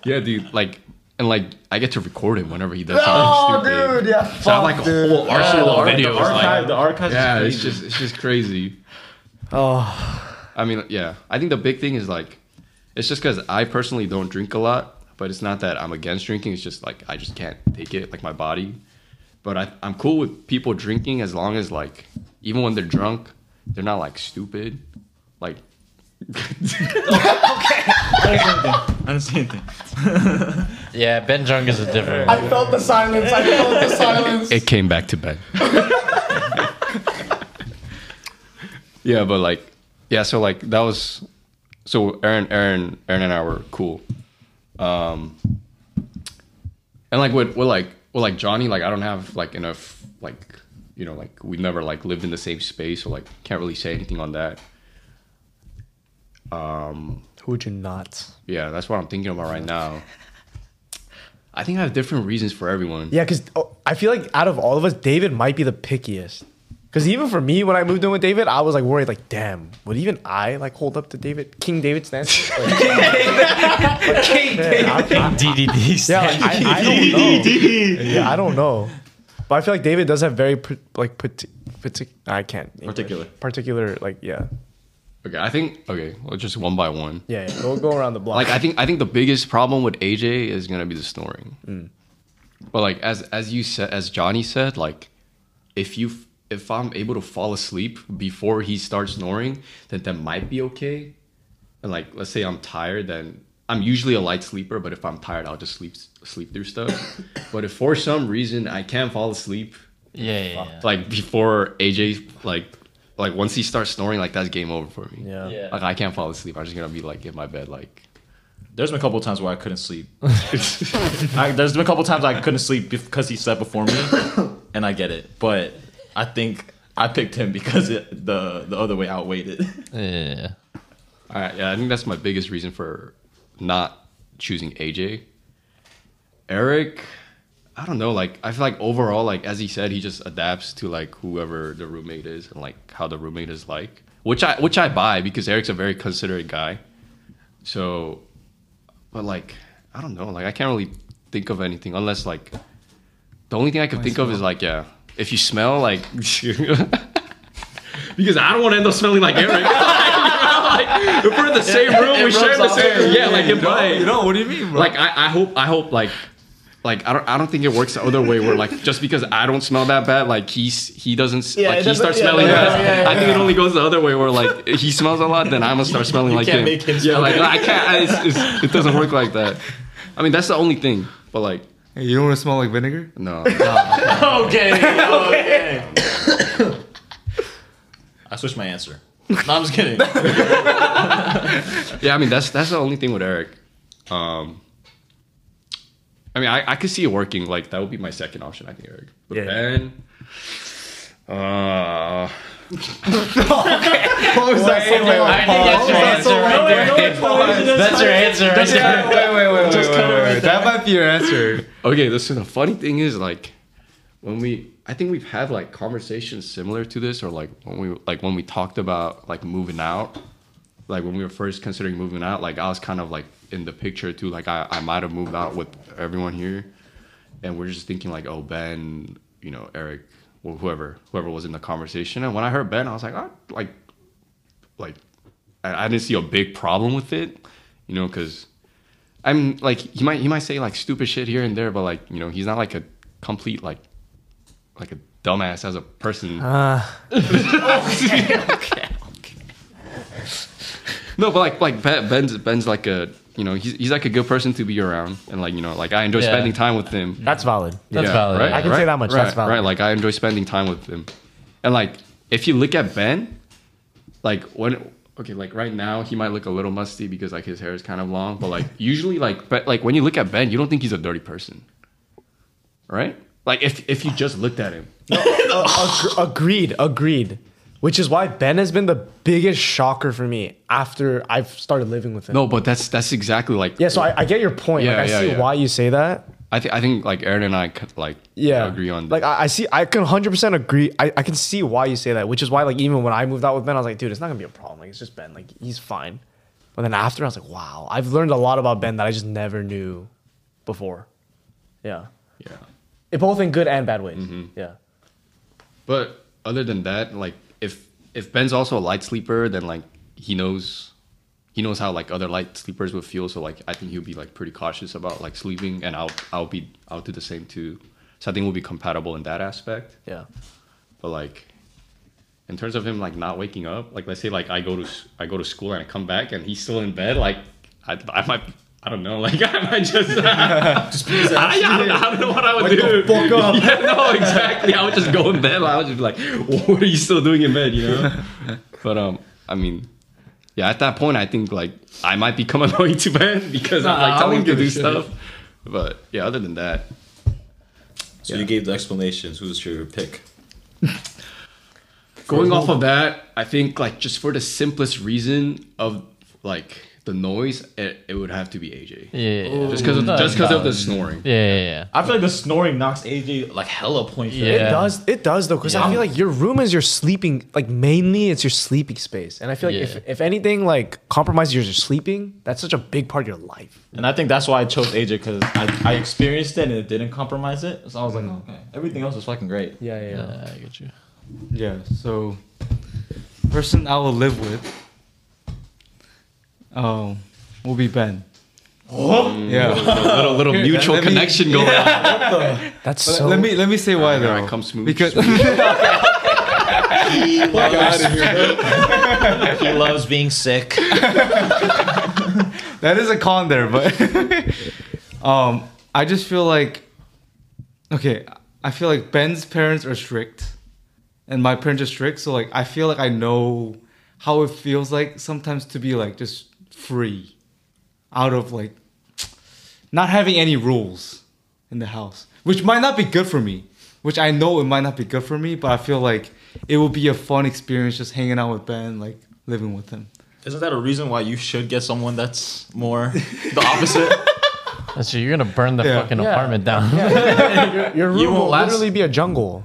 Speaker 4: Yeah, dude. Like, and like, I get to record him whenever he does
Speaker 5: Oh,
Speaker 4: something stupid.
Speaker 5: dude, yeah,
Speaker 4: So I have like a
Speaker 5: fuck, dude.
Speaker 4: whole arsenal
Speaker 5: Yeah,
Speaker 4: of
Speaker 5: the
Speaker 4: videos.
Speaker 5: archive-
Speaker 4: like,
Speaker 5: the archive is
Speaker 4: Yeah,
Speaker 5: crazy.
Speaker 4: it's just it's just crazy. Oh, I mean, yeah. I think the big thing is like, it's just because I personally don't drink a lot, but it's not that I'm against drinking. It's just like I just can't take it, like my body. But I, I'm cool with people drinking as long as like, even when they're drunk, they're not like stupid. Like,
Speaker 5: Understand thing.
Speaker 1: yeah, Ben Jung is a different.
Speaker 5: I felt the silence. I felt the silence.
Speaker 4: It came back to bed. yeah, but like, yeah, so like that was, so Aaron, Aaron, Aaron and I were cool. Um, and like with, with like, with like Johnny, like I don't have like enough, like, you know, like we never like lived in the same space, so like can't really say anything on that. Um,
Speaker 2: Who would you not?
Speaker 4: yeah, that's what I'm thinking about right now. I think I have different reasons for everyone.
Speaker 2: Yeah, because I feel like out of all of us, David might be the pickiest. Because even for me, when I moved in with David, I was like worried, like, damn, would even I like hold up to David King David stance? Like,
Speaker 7: King
Speaker 2: DDD. Yeah, like, I, I don't know. Yeah, I don't know. But I feel like David does have very par- like partic- partic- I can't English.
Speaker 4: Particular.
Speaker 2: particular like yeah
Speaker 4: Okay, I think okay, well, just one by one.
Speaker 2: yeah, yeah. go go around the block.
Speaker 4: Like I think I think the biggest problem with AJ is gonna be the snoring. But like as as you said, as Johnny said, like if you if I'm able to fall asleep before he starts snoring, then that might be okay. And like let's say I'm tired, then I'm usually a light sleeper, but if I'm tired, I'll just sleep sleep through stuff. but if for some reason I can't fall asleep,
Speaker 1: Yeah, yeah, yeah.
Speaker 4: like before AJ like like once he starts snoring, like that's game over for me. Yeah.
Speaker 5: Yeah.
Speaker 4: Like I can't fall asleep. I'm just gonna be like in my bed like
Speaker 5: There's been a couple of times where I couldn't sleep. I, there's been a couple of times I couldn't sleep because he slept before me, and I get it. But I think I picked him because it, the the other way outweighed it.
Speaker 4: Yeah. All right. Yeah, I think that's my biggest reason for not choosing AJ. Eric, I don't know. Like, I feel like overall, like as he said, he just adapts to like whoever the roommate is and like how the roommate is like, which I which I buy because Eric's a very considerate guy. So, but like, I don't know. Like, I can't really think of anything unless like the only thing I could think of is like, yeah, if you smell like. Because I don't want to end up smelling like Eric. Like, if we're in the same
Speaker 5: Yeah,
Speaker 4: room,
Speaker 5: it
Speaker 4: we share
Speaker 5: rubs
Speaker 4: the
Speaker 5: off.
Speaker 4: same room. Yeah,
Speaker 5: Yeah,
Speaker 4: like
Speaker 5: you
Speaker 4: it
Speaker 5: know,
Speaker 4: might.
Speaker 5: you know, what do you mean, bro?
Speaker 4: Like I, I hope I hope like like I don't I don't think it works the other way where like just because I don't smell that bad, like he's he doesn't
Speaker 5: Yeah, it
Speaker 4: like he
Speaker 5: doesn't-
Speaker 4: starts
Speaker 5: yeah,
Speaker 4: smelling
Speaker 5: yeah,
Speaker 4: bad.
Speaker 5: yeah, yeah,
Speaker 4: I think it
Speaker 5: yeah.
Speaker 4: only goes the other way where like he smells a lot, then I'm gonna start smelling
Speaker 5: You
Speaker 4: like
Speaker 5: can't
Speaker 4: him.
Speaker 5: make him
Speaker 4: yeah,
Speaker 5: smell
Speaker 4: like
Speaker 5: bad.
Speaker 4: I can't it's, it's, it doesn't work like that. I mean that's the only thing. But like
Speaker 11: Hey, you don't want to smell like vinegar?
Speaker 4: No.
Speaker 5: okay, okay. I switched my answer. No, I'm just kidding.
Speaker 4: yeah, I mean that's that's the only thing with Eric. Um, I mean, I, I could see it working. Like that would be my second option. I think Eric, but Ben. Uh,
Speaker 7: What was that? so long?
Speaker 1: I think
Speaker 4: Oh,
Speaker 1: that's your answer right there. That's your answer right there.
Speaker 4: Just cut it right
Speaker 7: That might be your answer.
Speaker 4: okay, listen. The funny thing is, like, when we, I think we've had like conversations similar to this, or like when we, like when we talked about like moving out, like when we were first considering moving out, like I was kind of like in the picture too. Like I, I might have moved out with everyone here, and we're just thinking like, oh Ben, you know Eric, or whoever, whoever was in the conversation. And when I heard Ben, I was like, ah, like, like, I, I didn't see a big problem with it, you know, because. I'm like he might he might say like stupid shit here and there, but like you know he's not like a complete like like a dumbass as a person. No, but like like Ben, Ben's Ben's like a you know he's he's like a good person to be around and like you know like I enjoy
Speaker 2: Yeah.
Speaker 4: spending time with him.
Speaker 2: That's valid. That's valid,
Speaker 4: Right?
Speaker 2: yeah. I can
Speaker 4: right,
Speaker 2: say that much,
Speaker 4: Right,
Speaker 2: that's valid.
Speaker 4: Right, like I enjoy spending time with him, and like if you look at Ben, like when okay like right now he might look a little musty because like his hair is kind of long, but like usually like but like when you look at Ben, you don't think he's a dirty person, right? Like if if you just looked at him,
Speaker 2: Ag- agreed, agreed. Which is why Ben has been the biggest shocker for me after I've started living with him.
Speaker 4: no, but that's that's exactly like
Speaker 2: Yeah, so I, I get your point.
Speaker 4: Yeah,
Speaker 2: like, I
Speaker 4: yeah,
Speaker 2: see
Speaker 4: yeah.
Speaker 2: why you say that.
Speaker 4: I, th- I think like Aaron and I c- like
Speaker 2: Yeah.
Speaker 4: agree on
Speaker 2: Like I, I see, I can 100% agree. I, I can see why you say that, which is why like even when I moved out with Ben, I was like, dude, it's not gonna be a problem. Like it's just Ben. Like he's fine. But then after, I was like, wow, I've learned a lot about Ben that I just never knew before. Yeah.
Speaker 4: Yeah.
Speaker 2: It both in good and bad ways.
Speaker 4: Mm-hmm.
Speaker 2: Yeah.
Speaker 4: But other than that, like if if Ben's also a light sleeper, then like he knows he knows how like other light sleepers would feel. So like I think he'll be like pretty cautious about like sleeping, and I'll I'll be I'll do the same too. So I think we'll be compatible in that aspect.
Speaker 2: Yeah.
Speaker 4: But like in terms of him like not waking up, like let's say like I go to s- I go to school and I come back and he's still in bed, like I I might. I don't know. Like I might just, just
Speaker 3: beat his ass.
Speaker 4: I, I don't know, I don't know what I would
Speaker 3: Wake
Speaker 4: do.
Speaker 3: the fuck up.
Speaker 4: Yeah, no, exactly. I would just go in bed. Like, I would just be like, "What are you still doing in bed?" You know. but um, I mean, yeah. At that point, I think like I might become annoying to Ben because
Speaker 5: Nah,
Speaker 4: I'm
Speaker 5: I
Speaker 4: like telling him to
Speaker 5: wouldn't
Speaker 4: do
Speaker 5: give a
Speaker 4: stuff.
Speaker 5: shit.
Speaker 4: But yeah, other than that,
Speaker 5: So you gave the explanations. Who's your pick?
Speaker 4: going off of that, I think like just for the simplest reason of like the noise, it, it would have to be AJ.
Speaker 1: Yeah.
Speaker 4: Just because of
Speaker 1: Ooh.
Speaker 4: just because of the snoring.
Speaker 1: Yeah, yeah, yeah.
Speaker 5: I feel like the snoring knocks AJ like hella points.
Speaker 2: It does. It does though, because I
Speaker 5: Yeah.
Speaker 2: feel like your room is your sleeping. Like mainly, it's your sleeping space, and I feel like
Speaker 5: Yeah.
Speaker 2: if, if anything like compromises your sleeping, that's such a big part of your life.
Speaker 5: And I think that's why I chose AJ because I, I experienced it and it didn't compromise it. So I
Speaker 4: oh,
Speaker 5: was like, okay, everything else is fucking great.
Speaker 2: Yeah, yeah.
Speaker 1: I get you.
Speaker 11: Yeah, so person I will live with um will be Ben.
Speaker 3: Oh.
Speaker 11: yeah.
Speaker 3: Little- little- little
Speaker 11: Here,
Speaker 3: mutual
Speaker 11: let me-
Speaker 3: connection going on. What the-
Speaker 2: That's
Speaker 11: let,
Speaker 3: so-
Speaker 11: Let me let me say why
Speaker 3: Alright,
Speaker 11: though.
Speaker 3: alright,
Speaker 4: come smooth.
Speaker 11: Because
Speaker 8: He
Speaker 11: loves-
Speaker 8: he loves being sick.
Speaker 11: that is a con there, but um, I just feel like okay, I feel like Ben's parents are strict, and my parents are strict. So like, I feel like I know how it feels like sometimes to be like just free, out of like not having any rules in the house, which might not be good for me. Which I know it might not be good for me, but I feel like it will be a fun experience just hanging out with Ben, like living with him.
Speaker 5: Isn't that a reason why you should get someone that's more the opposite?
Speaker 1: That's true. You're gonna burn the
Speaker 5: Yeah.
Speaker 1: fucking
Speaker 5: Yeah.
Speaker 1: apartment down.
Speaker 2: your, your room
Speaker 5: You
Speaker 2: will
Speaker 5: won't last-
Speaker 2: literally be a jungle.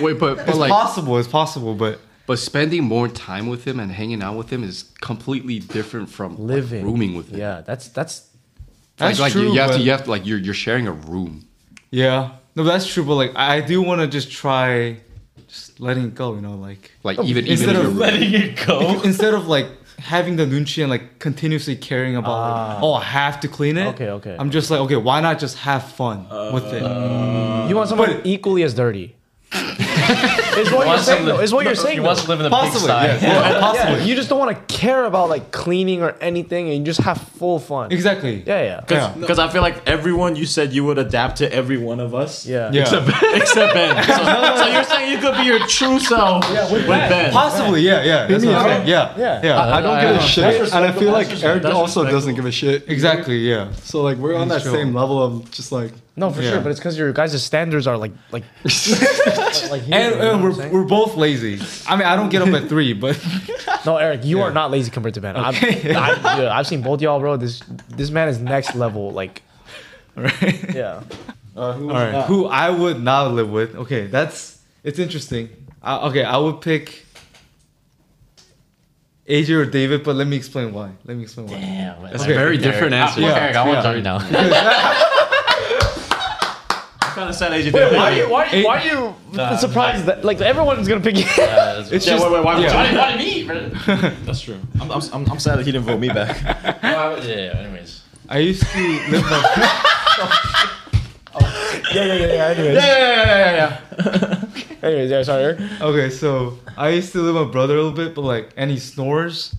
Speaker 4: Wait, but, but
Speaker 2: It's
Speaker 4: like
Speaker 11: possible, it's possible, but
Speaker 4: but spending more time with him and hanging out with him is completely different from like,
Speaker 2: Living.
Speaker 4: rooming with him.
Speaker 2: Yeah, that's that's
Speaker 4: Like,
Speaker 11: That's
Speaker 4: like you,
Speaker 11: true,
Speaker 4: you have to
Speaker 11: but-
Speaker 4: you have to like you're you're sharing a room.
Speaker 11: Yeah, no, that's true. But like, I I do want to just try, just letting it go. You know, like
Speaker 4: Like, even- even in your room. Letting
Speaker 11: it go instead of like having the nunchi and like continuously caring about like, oh I have to clean it. Okay, okay. I'm just like okay, why not just have fun
Speaker 6: Uh,
Speaker 11: with it?
Speaker 2: You want someone equally as dirty. is what
Speaker 11: You
Speaker 2: you're
Speaker 11: want
Speaker 2: saying.
Speaker 11: someone-
Speaker 2: Though, is what
Speaker 11: no,
Speaker 2: you're saying.
Speaker 11: you want
Speaker 2: though.
Speaker 11: to live in a Possibly, pigsty. yes. Yeah,
Speaker 2: Yeah,
Speaker 11: possibly.
Speaker 2: You just don't want to care about like cleaning or anything, and you just have full fun.
Speaker 11: Exactly.
Speaker 2: Yeah, yeah.
Speaker 5: Because I feel like everyone you said you would adapt to every one of us.
Speaker 2: Yeah.
Speaker 11: Yeah.
Speaker 5: Except Ben. Except ben. So, so you're saying you could be your true self with, Ben.
Speaker 11: Possibly, yeah, yeah. That's what I'm saying. Yeah,
Speaker 6: yeah,
Speaker 11: yeah.
Speaker 6: I, I don't
Speaker 11: I-
Speaker 6: give
Speaker 11: I-
Speaker 6: a
Speaker 11: that's
Speaker 6: shit, and I
Speaker 11: respectable,
Speaker 6: feel like
Speaker 11: that's
Speaker 6: Eric
Speaker 11: respectable.
Speaker 6: also doesn't give a shit.
Speaker 11: Exactly, yeah.
Speaker 6: So like we're on
Speaker 2: He's
Speaker 6: that
Speaker 2: chill.
Speaker 6: same level of just like
Speaker 2: No, for sure, but it's because your guys' standards are like like like here,
Speaker 11: And,
Speaker 2: you know
Speaker 11: and
Speaker 2: what I'm
Speaker 11: we're, we're both lazy. I mean, I don't get up at three, but
Speaker 2: no, Eric, you are not lazy compared to Ben. I'm- I'm- dude, I've seen both y'all, bro. This this man is next level. Like, yeah.
Speaker 11: All right,
Speaker 2: Uh, not?
Speaker 11: who I would not live with. Okay, that's it's interesting. I, okay, I would pick AJ or David, but let me explain why. Let me explain why.
Speaker 1: Damn, Ah,
Speaker 4: that's a very different answer. Look, Eric, I want to
Speaker 1: know.
Speaker 5: I'm trying to send AJ.
Speaker 2: Wait, why are you why, why are you surprised that like everyone's gonna pick you?
Speaker 5: It's yeah, wait, wait, why,
Speaker 2: Yeah.
Speaker 5: why, why me? That's true. I'm, I'm, I'm, I'm sad that he didn't vote me back.
Speaker 1: yeah, yeah. Anyways.
Speaker 11: I used to live my
Speaker 2: Oh, yeah, yeah, yeah, yeah. Anyways.
Speaker 11: Yeah, yeah, yeah, yeah,
Speaker 2: Anyways, yeah, sorry.
Speaker 11: Okay, so I used to live with my brother a little bit, but like, and he snores.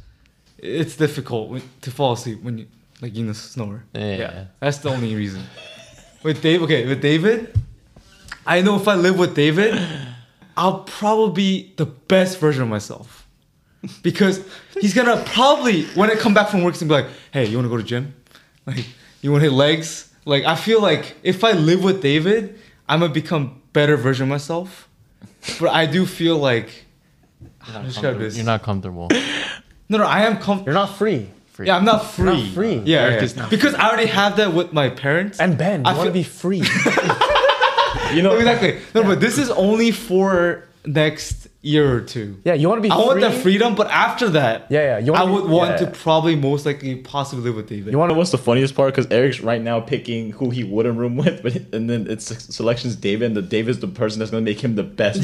Speaker 11: It's difficult when, to fall asleep when you like you know snore.
Speaker 1: Yeah.
Speaker 11: that's the only reason. With Dave, okay, with David, I know if I live with David, I'll probably be the best version of myself. Because he's gonna probably when I come back from work, he's gonna be like, "Hey, you wanna go to gym? Like, you wanna hit legs? Like, I feel like if I live with David, I'm gonna become better version of myself. But I do feel like
Speaker 1: You're not
Speaker 11: Describe
Speaker 1: comfortable.
Speaker 11: this.
Speaker 1: You're not comfortable.
Speaker 11: no, no, I am comfortable.
Speaker 2: You're not free.
Speaker 1: free.
Speaker 11: Yeah, I'm not free.
Speaker 1: You're not free.
Speaker 11: Yeah,
Speaker 1: Eric
Speaker 11: yeah.
Speaker 1: is not
Speaker 11: because I already have that with my parents. And
Speaker 7: Ben,
Speaker 11: I
Speaker 7: you wanna
Speaker 11: feel-
Speaker 7: be free.
Speaker 11: you know exactly. No, but this is only for next year or two. Yeah,
Speaker 7: you want to be
Speaker 11: I want that
Speaker 7: free?
Speaker 11: freedom, but after that,
Speaker 7: yeah, yeah. You
Speaker 11: I
Speaker 7: wanna be-
Speaker 11: would want
Speaker 5: yeah.
Speaker 11: to probably most likely possibly live with David.
Speaker 5: You want to know what's the funniest part? Because Eric's right now picking who he wouldn't room with, but and then it's selections David, and the David's the person that's gonna make him the best.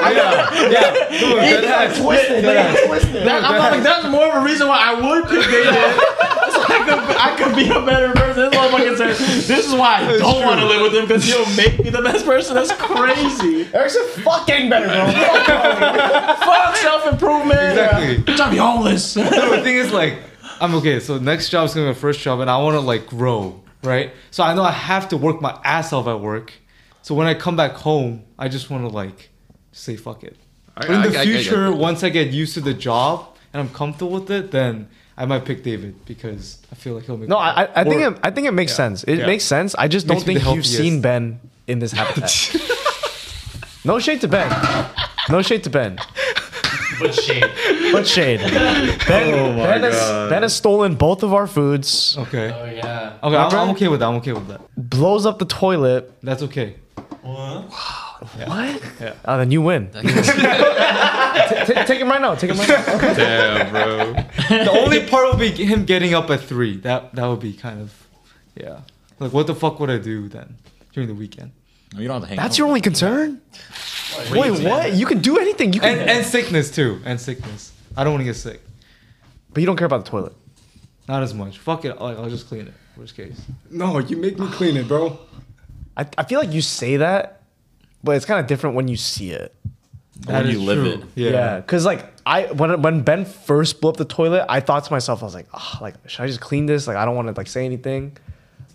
Speaker 11: Dude,
Speaker 5: He
Speaker 11: that
Speaker 5: got
Speaker 11: ass-
Speaker 5: twisted,
Speaker 11: that
Speaker 5: nigga,
Speaker 11: ass-
Speaker 5: twisted.
Speaker 11: Dude,
Speaker 5: That-
Speaker 11: that
Speaker 5: I'm not like,
Speaker 11: ass-
Speaker 5: that's more of a reason why I would pick David. So I could, I could be a better person. This motherfucker said, "This is why I
Speaker 7: It's
Speaker 5: don't
Speaker 7: true.
Speaker 5: want to live with him because he'll make me the best person." That's crazy.
Speaker 7: Eric's a fucking better, bro.
Speaker 5: Fuck self improvement.
Speaker 11: Exactly.
Speaker 5: Bitch, I'll be homeless.
Speaker 11: no, the thing is like, I'm okay. So next job is gonna be my first job, and I want to like grow, right? So I know I have to work my ass off at work. So when I come back home, I just want to like say fuck it.
Speaker 4: I-
Speaker 11: but in
Speaker 4: I-
Speaker 11: the
Speaker 4: I- I-
Speaker 11: future,
Speaker 4: I-
Speaker 11: once I get used to the job and I'm comfortable with it, then I might pick David because I feel like he'll make.
Speaker 2: No, I, I- I think
Speaker 11: Or-
Speaker 2: it, I think it makes
Speaker 11: Yeah.
Speaker 2: sense. It
Speaker 11: Yeah.
Speaker 2: makes sense. I just
Speaker 11: Makes
Speaker 2: don't
Speaker 11: me
Speaker 2: think
Speaker 11: the
Speaker 2: you've
Speaker 11: healthiest.
Speaker 2: seen Ben in this habitat. no shade to Ben. No shade to Ben.
Speaker 1: But shade.
Speaker 2: But shade. Ben,
Speaker 11: Oh my
Speaker 2: ben, has,
Speaker 11: God.
Speaker 2: ben has stolen both of our foods.
Speaker 11: Okay. Oh
Speaker 1: yeah.
Speaker 11: Okay, I'm, I'm okay with that. I'm okay with that.
Speaker 2: Blows up the toilet.
Speaker 11: That's okay.
Speaker 2: What? Yeah. Oh, then you win. T- t- take him right now. Take him right now.
Speaker 11: Damn, bro. the only part would be him getting up at three. That that would be kind of, yeah. Like, what the fuck would I do then during the weekend?
Speaker 5: No, you don't have to hang.
Speaker 2: That's your only concern? Wait,
Speaker 11: Crazy.
Speaker 2: what? You can do anything. You can.
Speaker 11: and, and sickness too, and sickness. I don't want to get sick.
Speaker 2: but you don't care about the toilet.
Speaker 11: Not as much. Fuck it. Like, I'll just clean it. Worst case.
Speaker 2: No, you make me clean it, bro. I, I feel like you say that, but it's kind of different when you see it.
Speaker 5: When you live it.
Speaker 2: Yeah, because like I when when Ben first blew up the toilet, I thought to myself, I was like, oh, like should I just clean this? Like I don't want to like say anything,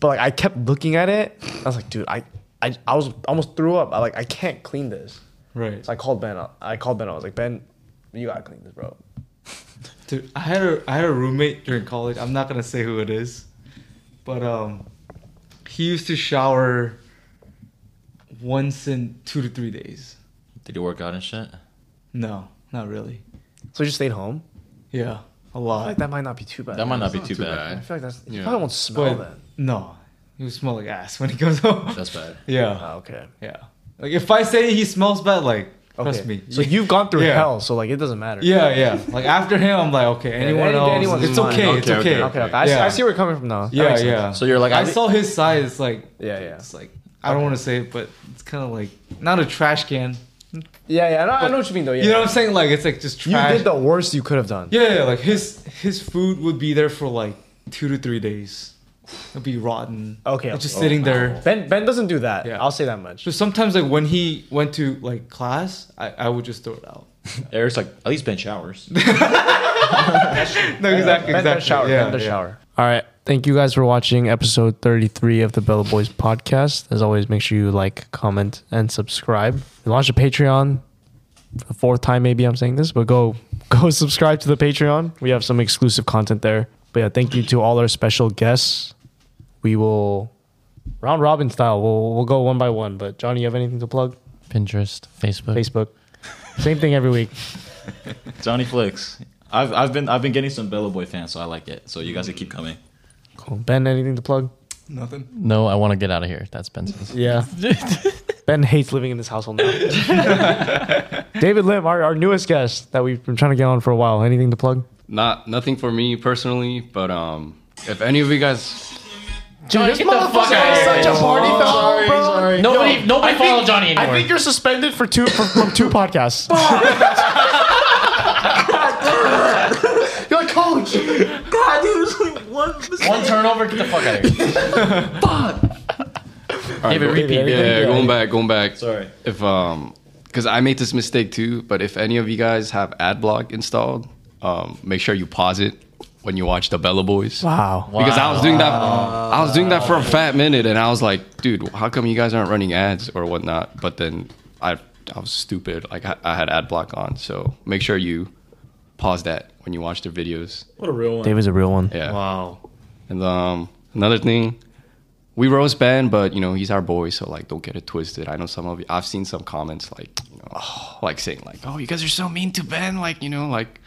Speaker 2: but like I kept looking at it. I was like, dude, I I, I was almost threw up. I like I can't clean this.
Speaker 11: Right.
Speaker 2: So I called Ben. up. I called Ben. I was like, Ben, you gotta clean this, bro.
Speaker 11: Dude, I had a I had a roommate during college. I'm not gonna say who it is, but um, he used to shower once in two to three days.
Speaker 5: Did you work out and shit?
Speaker 11: No, not really.
Speaker 2: So you just stayed home.
Speaker 11: Yeah, a
Speaker 2: I feel
Speaker 11: lot.
Speaker 2: like that might not be too bad.
Speaker 5: That might not
Speaker 2: It's
Speaker 5: be too bad.
Speaker 2: I feel like that's you
Speaker 5: Yeah.
Speaker 2: probably won't smell
Speaker 11: But-
Speaker 2: that.
Speaker 11: No, he would smell like ass when he goes home.
Speaker 5: That's bad.
Speaker 11: Yeah.
Speaker 2: Oh, okay.
Speaker 11: Yeah. Like if I say he smells bad, like trust
Speaker 2: Okay.
Speaker 11: me.
Speaker 2: So you've gone through
Speaker 11: Yeah.
Speaker 2: hell, so like it doesn't matter.
Speaker 11: Yeah, yeah. Like after him, I'm like, okay, anyone
Speaker 2: any-
Speaker 11: else?
Speaker 2: anyone's
Speaker 11: it's
Speaker 2: fine.
Speaker 11: okay, It's
Speaker 2: Okay,
Speaker 11: okay.
Speaker 2: okay, okay, okay. I see- I see where you're coming from now. That
Speaker 11: Yeah,
Speaker 2: makes sense.
Speaker 11: yeah.
Speaker 2: So you're like,
Speaker 11: I,
Speaker 2: I di-
Speaker 11: saw his side. It's like,
Speaker 2: yeah, yeah.
Speaker 11: It's like I don't want to say it, but it's kind of like not a trash can.
Speaker 2: Yeah, yeah. I know, I know what you mean though. Yeah.
Speaker 11: You know what I'm saying? Like it's like just
Speaker 2: You
Speaker 11: trash.
Speaker 2: did the worst you could have done.
Speaker 11: yeah, yeah. Like his his food would be there for like two to three days. It'd be rotten.
Speaker 2: Okay. Oh,
Speaker 11: It's just
Speaker 2: okay.
Speaker 11: sitting there.
Speaker 2: Ben Ben doesn't do that. I'll say that much.
Speaker 11: So sometimes like when he went to like class, I, I would just throw it out.
Speaker 5: Eric's like, at least Ben showers.
Speaker 11: no, exactly,
Speaker 2: Ben does
Speaker 11: exactly.
Speaker 2: shower.
Speaker 11: Yeah,
Speaker 2: ben does
Speaker 11: yeah.
Speaker 2: shower. All right. Thank you guys for watching episode 33 of the Bella Boys podcast. As always, make sure you like, comment, and subscribe. We launched a Patreon for the fourth time, maybe I'm saying this, but go go subscribe to the Patreon. We have some exclusive content there. But yeah, thank you to all our special guests. We will round robin style. We'll we'll go one by one. But Johnny, you have anything to plug?
Speaker 1: Pinterest, Facebook.
Speaker 2: Facebook. Same thing every week.
Speaker 5: Johnny Flicks. I've I've been I've been getting some Bella Boy fans, so I like it. So you guys can keep coming.
Speaker 2: Cool. Ben, anything to plug?
Speaker 15: Nothing.
Speaker 1: No, I want to get out of here. That's Benson's.
Speaker 2: Yeah. ben hates living in this household now. David Lim, our, our newest guest that we've been trying to get on for a while. Anything to plug?
Speaker 4: Not nothing for me personally, but um, if any of you guys,
Speaker 2: Johnny, this
Speaker 1: get the fuck
Speaker 2: motherfucker
Speaker 1: outta
Speaker 2: is
Speaker 1: here.
Speaker 2: such a party
Speaker 1: Oh,
Speaker 2: foul,
Speaker 1: sorry,
Speaker 2: bro.
Speaker 1: sorry. Nobody- nobody
Speaker 2: I think-
Speaker 1: follow Johnny
Speaker 2: I
Speaker 1: anymore.
Speaker 2: think you're suspended for two for, from two podcasts.
Speaker 7: You're like, coach. God, dude, it's like one.
Speaker 1: One turnover, get the fuck out of here. David,
Speaker 4: go-
Speaker 1: repeat.
Speaker 4: Yeah,
Speaker 1: Repeat.
Speaker 4: going back, going back.
Speaker 5: Sorry.
Speaker 4: If um, because I made this mistake too. But if any of you guys have ad block installed, um, make sure you pause it when you watch the Bella Boys.
Speaker 2: Wow.
Speaker 4: Because I was doing that, I was doing that for a fat minute, and I was like, dude, how come you guys aren't running ads or whatnot? But then I, I was stupid. Like I, I had ad block on, so make sure you pause that when you watch their videos.
Speaker 5: What a real one.
Speaker 2: a real one.
Speaker 4: Yeah.
Speaker 5: Wow.
Speaker 4: And um, another thing, we roast Ben, but you know he's our boy, so like don't get it twisted. I know some of you. I've seen some comments like, you know, like saying like, oh, you guys are so mean to Ben, like you know, like.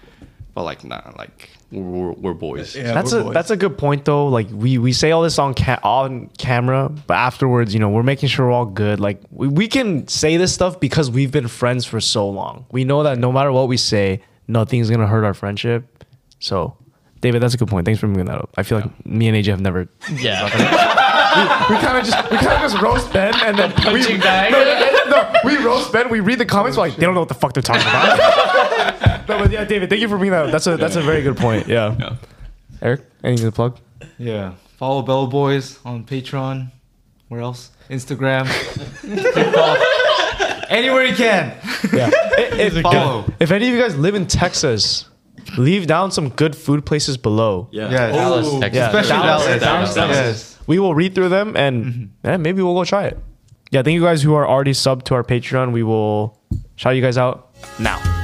Speaker 4: But like, nah, like we're, we're, we're boys.
Speaker 2: that's a that's a good point though. Like we we say all this on ca- on camera, but afterwards, you know, we're making sure we're all good. Like we, we can say this stuff because we've been friends for so long. We know that no matter what we say, nothing's gonna hurt our friendship. So, David, that's a good point. Thanks for bringing that up. I feel like me and AJ have never.
Speaker 7: we kind of just we kind of just roast Ben and then we,
Speaker 2: Punching bag.
Speaker 7: No, no, no, no, we roast Ben. We read the comments. we're like they don't know what the fuck they're talking about. no, but yeah, David, thank you for bringing that up. That's a that's a very good point. Yeah. Eric, anything to plug?
Speaker 11: Yeah. Follow Bell Boys on Patreon. Where else? Instagram. TikTok. Anywhere you can.
Speaker 2: Yeah. if, if-
Speaker 11: Follow.
Speaker 2: if any of you guys live in Texas, leave down some good food places below.
Speaker 11: Yeah. Yes. Dallas,
Speaker 5: Oh,
Speaker 2: Yeah.
Speaker 11: Texas. Especially Dallas, Dallas, Dallas. Yes.
Speaker 2: We will read through them and yeah, maybe we'll go try it. Yeah, thank you guys who are already subbed to our Patreon. We will shout you guys out now.